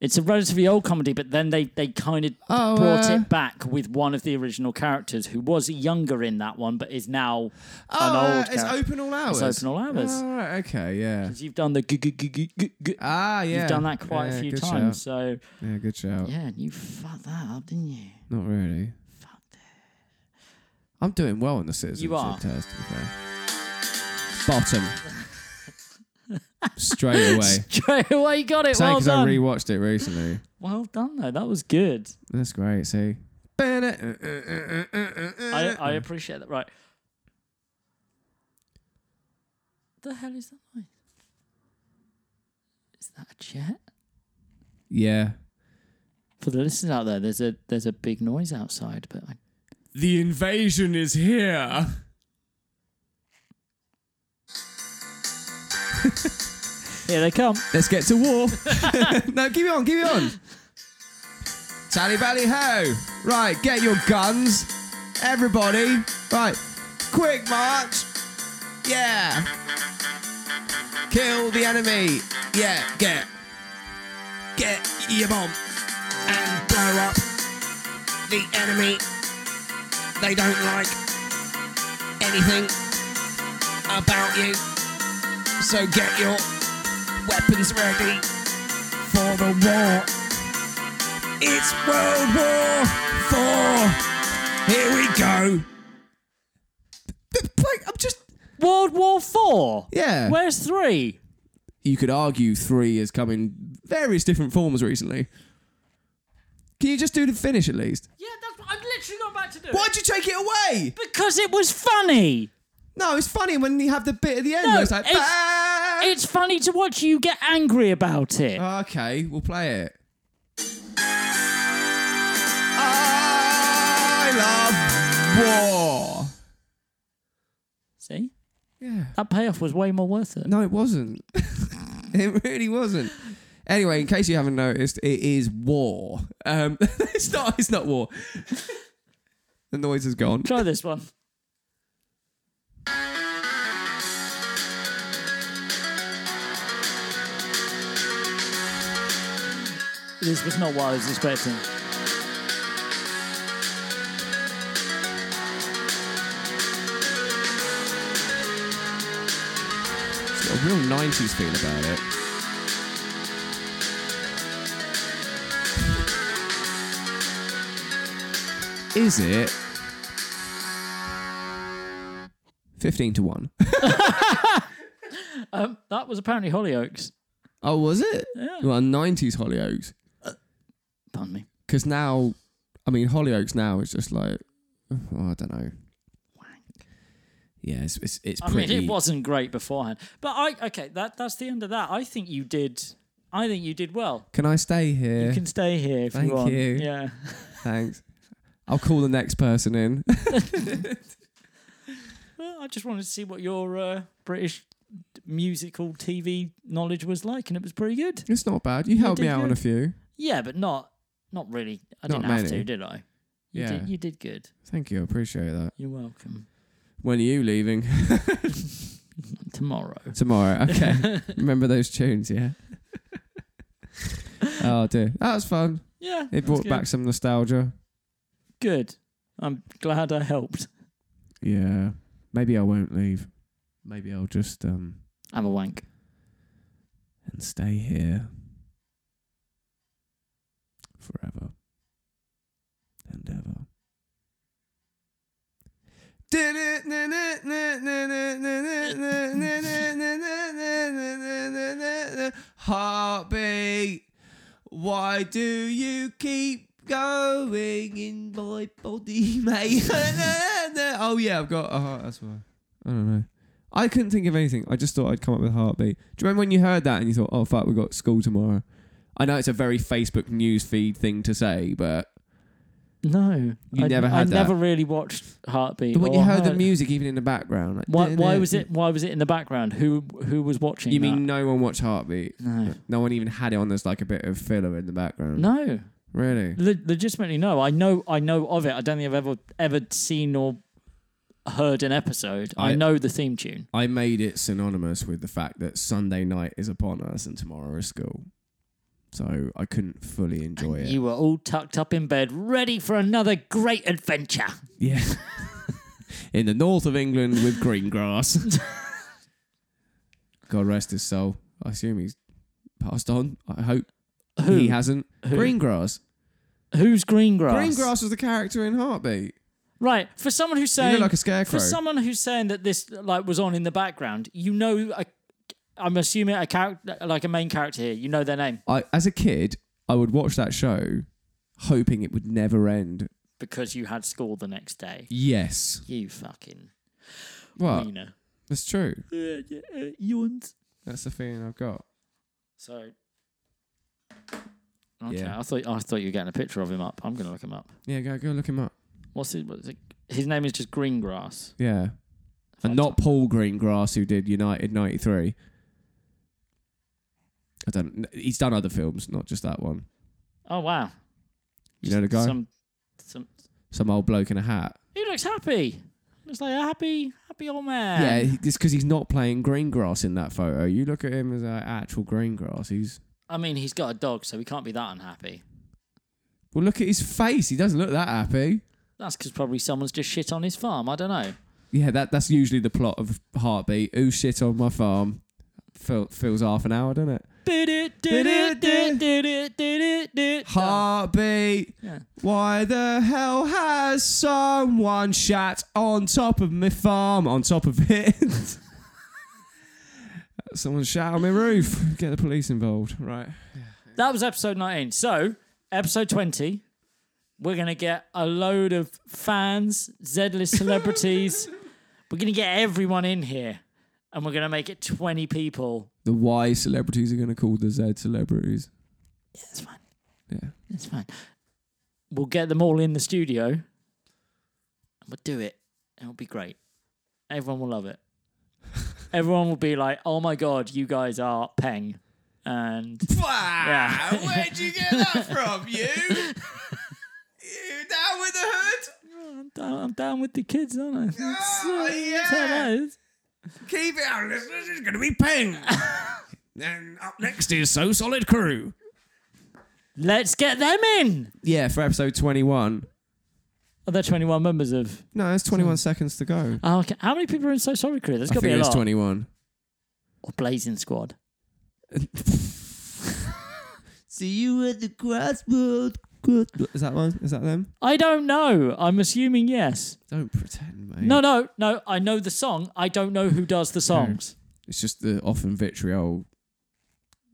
It's a relatively old comedy, but then they, they kind of
Oh,
brought
uh,
it back with one of the original characters who was younger in that one, but is now
Oh,
an
uh,
old.
it's
character.
open all hours.
It's open all hours.
Oh, right, okay, yeah.
'Cause You've done the. G- g- g- g- g- g-
Ah, yeah.
You've done that quite
Yeah,
a few
good
times,
shout.
so
Yeah, good shout.
yeah, you fucked that up, didn't you? <laughs>
Not really.
Fuck that.
I'm doing well on the citizenship
are.
test. to be fair. Bottom.
<laughs>
Straight away.
Straight away, you got it.
Saying
well
because I
done.
rewatched it recently.
well done, though. That was good.
That's great. See. <laughs>
<laughs> I, I appreciate that. Right. The hell is that noise? Is that a jet?
Yeah.
For the listeners out there, there's a there's a big noise outside, but I,
The invasion is here.
here they come.
Let's get to war. <laughs> no, keep it on, keep it on. Tally bally ho! Right, get your guns, everybody. Right, quick march. Yeah. Kill the enemy. Yeah, get. Get your bomb and blow up the enemy. They don't like anything about you. So get your weapons ready for the war. It's World War Four. Here we go. I'm just.
World War Four.
Yeah.
Where's three?
You could argue three has come in various different forms recently. Can you just do the finish at least?
Yeah, that's what I'm literally not about to do.
Why'd you take it away?
Because it was funny.
No, it's funny when you have the bit at the end
No,
where it's like.
it's-
"Bah!"
It's funny to watch you get angry about it.
Okay, we'll play it. I love war.
See?
Yeah.
That payoff was way more worth it.
No, it wasn't. <laughs> it really wasn't. Anyway, in case you haven't noticed, it is war. Um, <laughs> it's not. It's not war. <laughs> the noise is gone.
Try this one. This was not what I was expecting.
It's got a real '90s feel about it. Is it fifteen to one?
That was apparently Hollyoaks.
Oh, was it? Well, 90s Hollyoaks.
Pardon me.
Because now, I mean, Hollyoaks now is just like, oh, I don't know. Yeah, it's, it's, it's
I
pretty.
mean, it wasn't great beforehand, but I okay. That that's the end of that. I think you did. I think you did well.
Can I stay here?
You can stay here if
Thank
you want.
you.
Yeah. <laughs>
Thanks. I'll call the next person in. <laughs>
Well, I just wanted to see what your uh, British d- musical TV knowledge was like, and it was pretty good.
it's not bad. You helped me
did
out on a
good.
few.
Yeah, but not not really. I
Not
didn't have
many.
to, did I? You
Yeah.
Did, you did good.
Thank you. I appreciate that.
You're welcome.
When are you leaving?
Tomorrow.
<laughs> Tomorrow. <laughs> Okay. Remember those tunes, <laughs> yeah? oh, dear. That was fun.
Yeah.
It brought back some nostalgia.
Good. I'm glad I helped.
Yeah. Maybe I won't leave. Maybe I'll just um
I'm a wank.
and stay here forever and ever. Heartbeat, why do you keep going in my body, mate? <laughs> oh yeah, I've got a heart. That's why. I don't know. I couldn't think of anything. I just thought I'd come up with heartbeat. Do you remember when you heard that and you thought, "Oh fuck, we have got school tomorrow"? I know it's a very Facebook news feed thing to say, but
No.
You
I,
never
I
had that?
never really watched Heartbeat.
but when you
or
heard the music, even in the background, like,
Why, why was it? Why was it in the background? Who who was watching?
You
that?
mean no one watched Heartbeat?
no?
No one even had it on as like a bit of filler in the background.
No,
really.
Le- legitimately no. I know I know of it. I don't think I've ever ever seen or heard an episode. I,
I-
know the theme tune.
I made it synonymous with the fact that Sunday night is upon us and tomorrow is school, so I couldn't fully enjoy it.
You were all tucked up in bed, ready for another great adventure.
Yeah. <laughs> In the north of England with green grass. God rest his soul. I assume he's passed on. I hope he hasn't. Green grass.
Who's Greengrass?
Green grass was the character in Heartbeat.
Right. For someone who's saying
look like a scarecrow.
For someone who's saying that this like was on in the background, you know, i I'm assuming a character like a main character here. You know their name
I, as a kid, I would watch that show, hoping it would never end.
because you had school the next day.
Yes.
You fucking
What?
wiener.
That's true.
Uh, yeah, uh, yawns.
That's the feeling I've got.
So. Okay,
Yeah.
I thought I thought you were getting a picture of him up. I'm gonna look him up.
Yeah, go go look him up.
What's his? What's it? His name is just Greengrass.
Yeah. And not Paul Greengrass, who did United 93. I don't He's done other films, not just that one.
Oh wow!
You know the guy? Some,
Some, some.
old bloke in a hat.
He looks happy. Looks like a happy, happy old
yeah,
man.
he- just because he's not playing Greengrass in that photo. You look at him as an actual Greengrass. He's.
I mean, he's got a dog, so he can't be that unhappy.
Well, look at his face. He doesn't look that happy.
That's because probably someone's just shit on his farm. I don't know.
Yeah, that that's usually the plot of Heartbeat. Who shit on my farm? Fill, fills half an hour, doesn't it?
Did it, did it, did it, did it, did it.
Heartbeat. Why the hell has someone shat on top of my farm? On top of it. <laughs> someone shat on my roof. Get the police involved. Right.
That was episode 19. So, episode 20, we're going to get a load of fans, Z list
<laughs>
celebrities. we're going to get everyone in here and we're going to make it 20 people.
The Y celebrities are going to call the Z celebrities.
Yeah, that's fine.
Yeah.
That's fine. We'll get them all in the studio and we'll do it. It'll be great. Everyone will love
<laughs>
it. Everyone will be like, oh my God, you guys are Peng. And yeah.
Where'd you get that from, you? you down with the hood?
I'm down, I'm down with the kids, aren't I? uh,
Oh,
That's how that is.
Keep it on, listeners. It's going to be Peng. and up next is So Solid Crew.
Let's get them in.
Yeah, for episode 21.
Are there 21 members of?
No, it's 21 seconds to go.
Oh, okay. How many people are in So Sorry Crew? There's
I
got to be
think
a
Ah, it's
lot.
21.
Or Blazing Squad.
See you at the crossroad. Is that one? Is that them?
I don't know. I'm assuming yes.
Don't pretend, mate.
No, no, no. I
Hmm.
know the song. I don't know who does the songs.
It's just the often vitriol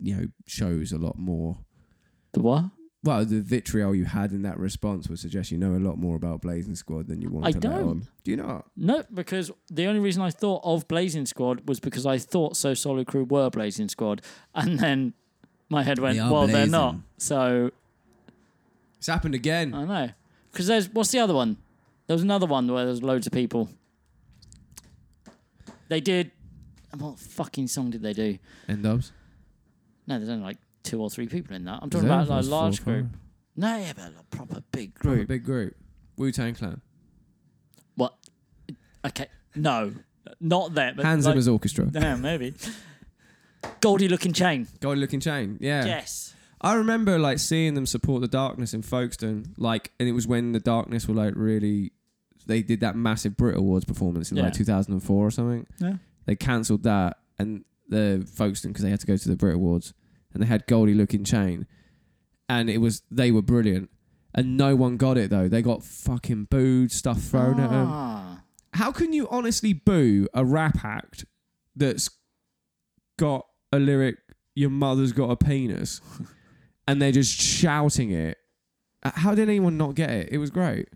you know shows a lot more.
The what?
Well, the vitriol you had in that response would suggest you know a lot more about Blazing Squad than you want
I
to let
don't.
on. Do you not?
No, because the only reason I thought of Blazing Squad was because I thought So Solo Crew were Blazing Squad, <laughs> and then my head went,
They are
"Well, they're
blazing.
not." So
It's happened again.
I know because there's what's the other one? There was another one where there's loads of people. They did. What fucking song did they do?
End ups.
No, there's only like two or three people in that. I'm talking about like, a large group. No, yeah, but a proper big group.
A big group. Wu Tang Clan.
What? Okay, no, not that. But
Hans
like,
Zimmer's orchestra.
<laughs> Yeah, maybe. Goldie looking chain.
Golden Looking Chain. Yeah.
Yes.
I remember like seeing them support the darkness in Folkestone, like, and it was when the darkness were like really, they did that massive Brit Awards performance in
Yeah.
like 2004 or something.
Yeah.
They cancelled that and the Folkestone because they had to go to the Brit Awards, and they had Goldie looking chain, and it was they were brilliant, and no one got it though. They got fucking booed, stuff thrown at them.
Ah.
How can you honestly boo a rap act that's got a lyric "Your mother's got a penis" and they're just shouting it? Uh, How did anyone not get it? It was great.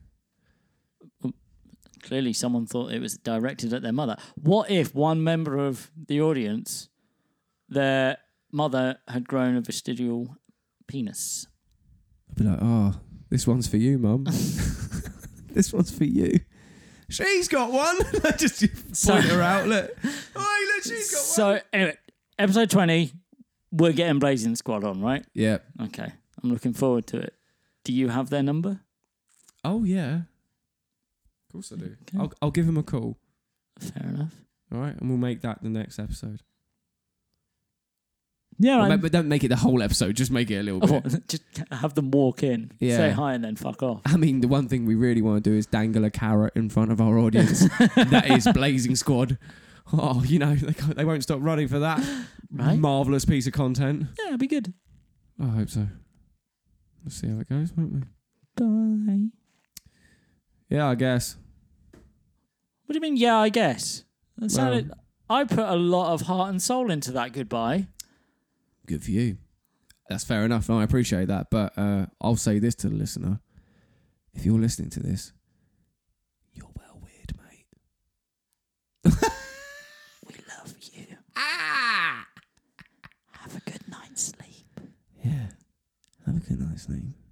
Clearly, someone thought it was directed at their mother. What if one member of the audience, their mother had grown a vestigial penis?
I'd be like, "Oh, this one's for you,
<laughs>
mum. <laughs> this one's for you." She's got one. <laughs> I just
So-
point her out.
<laughs>
Look, oh, look, she's got one.
So, anyway, episode 20, we're getting Blazing Squad on, right?
Yeah.
Okay. I'm looking forward to it. Do you have their number?
Oh yeah. Of course I do.
Okay.
I'll, I'll give him a call.
Fair enough.
All right, and we'll make that the next episode.
Yeah,
But
I'm,
ma- but don't make it the whole episode. Just make it a little
I
bit.
<laughs> want- just have them walk in,
Yeah.
say hi, and then fuck off.
<laughs> I mean, the one thing we really want to do is dangle a carrot in front of our audience. that is Blazing Squad. Oh, you know, they, can't- they won't stop running for that
Right?
marvelous piece of content.
Yeah, it'd be good.
I hope so. We'll see how it goes, won't we?
Bye. What
Yeah, I guess.
do you mean? Yeah, I guess. That
Well-
sounded. I put a lot of heart and soul into that goodbye.
Good for you. That's fair enough. and I appreciate that. But uh, I'll say this to the listener. If you're listening to this, you're well weird, mate. <laughs>
We love you. Have a good night's sleep.
Yeah. Have a good night's sleep.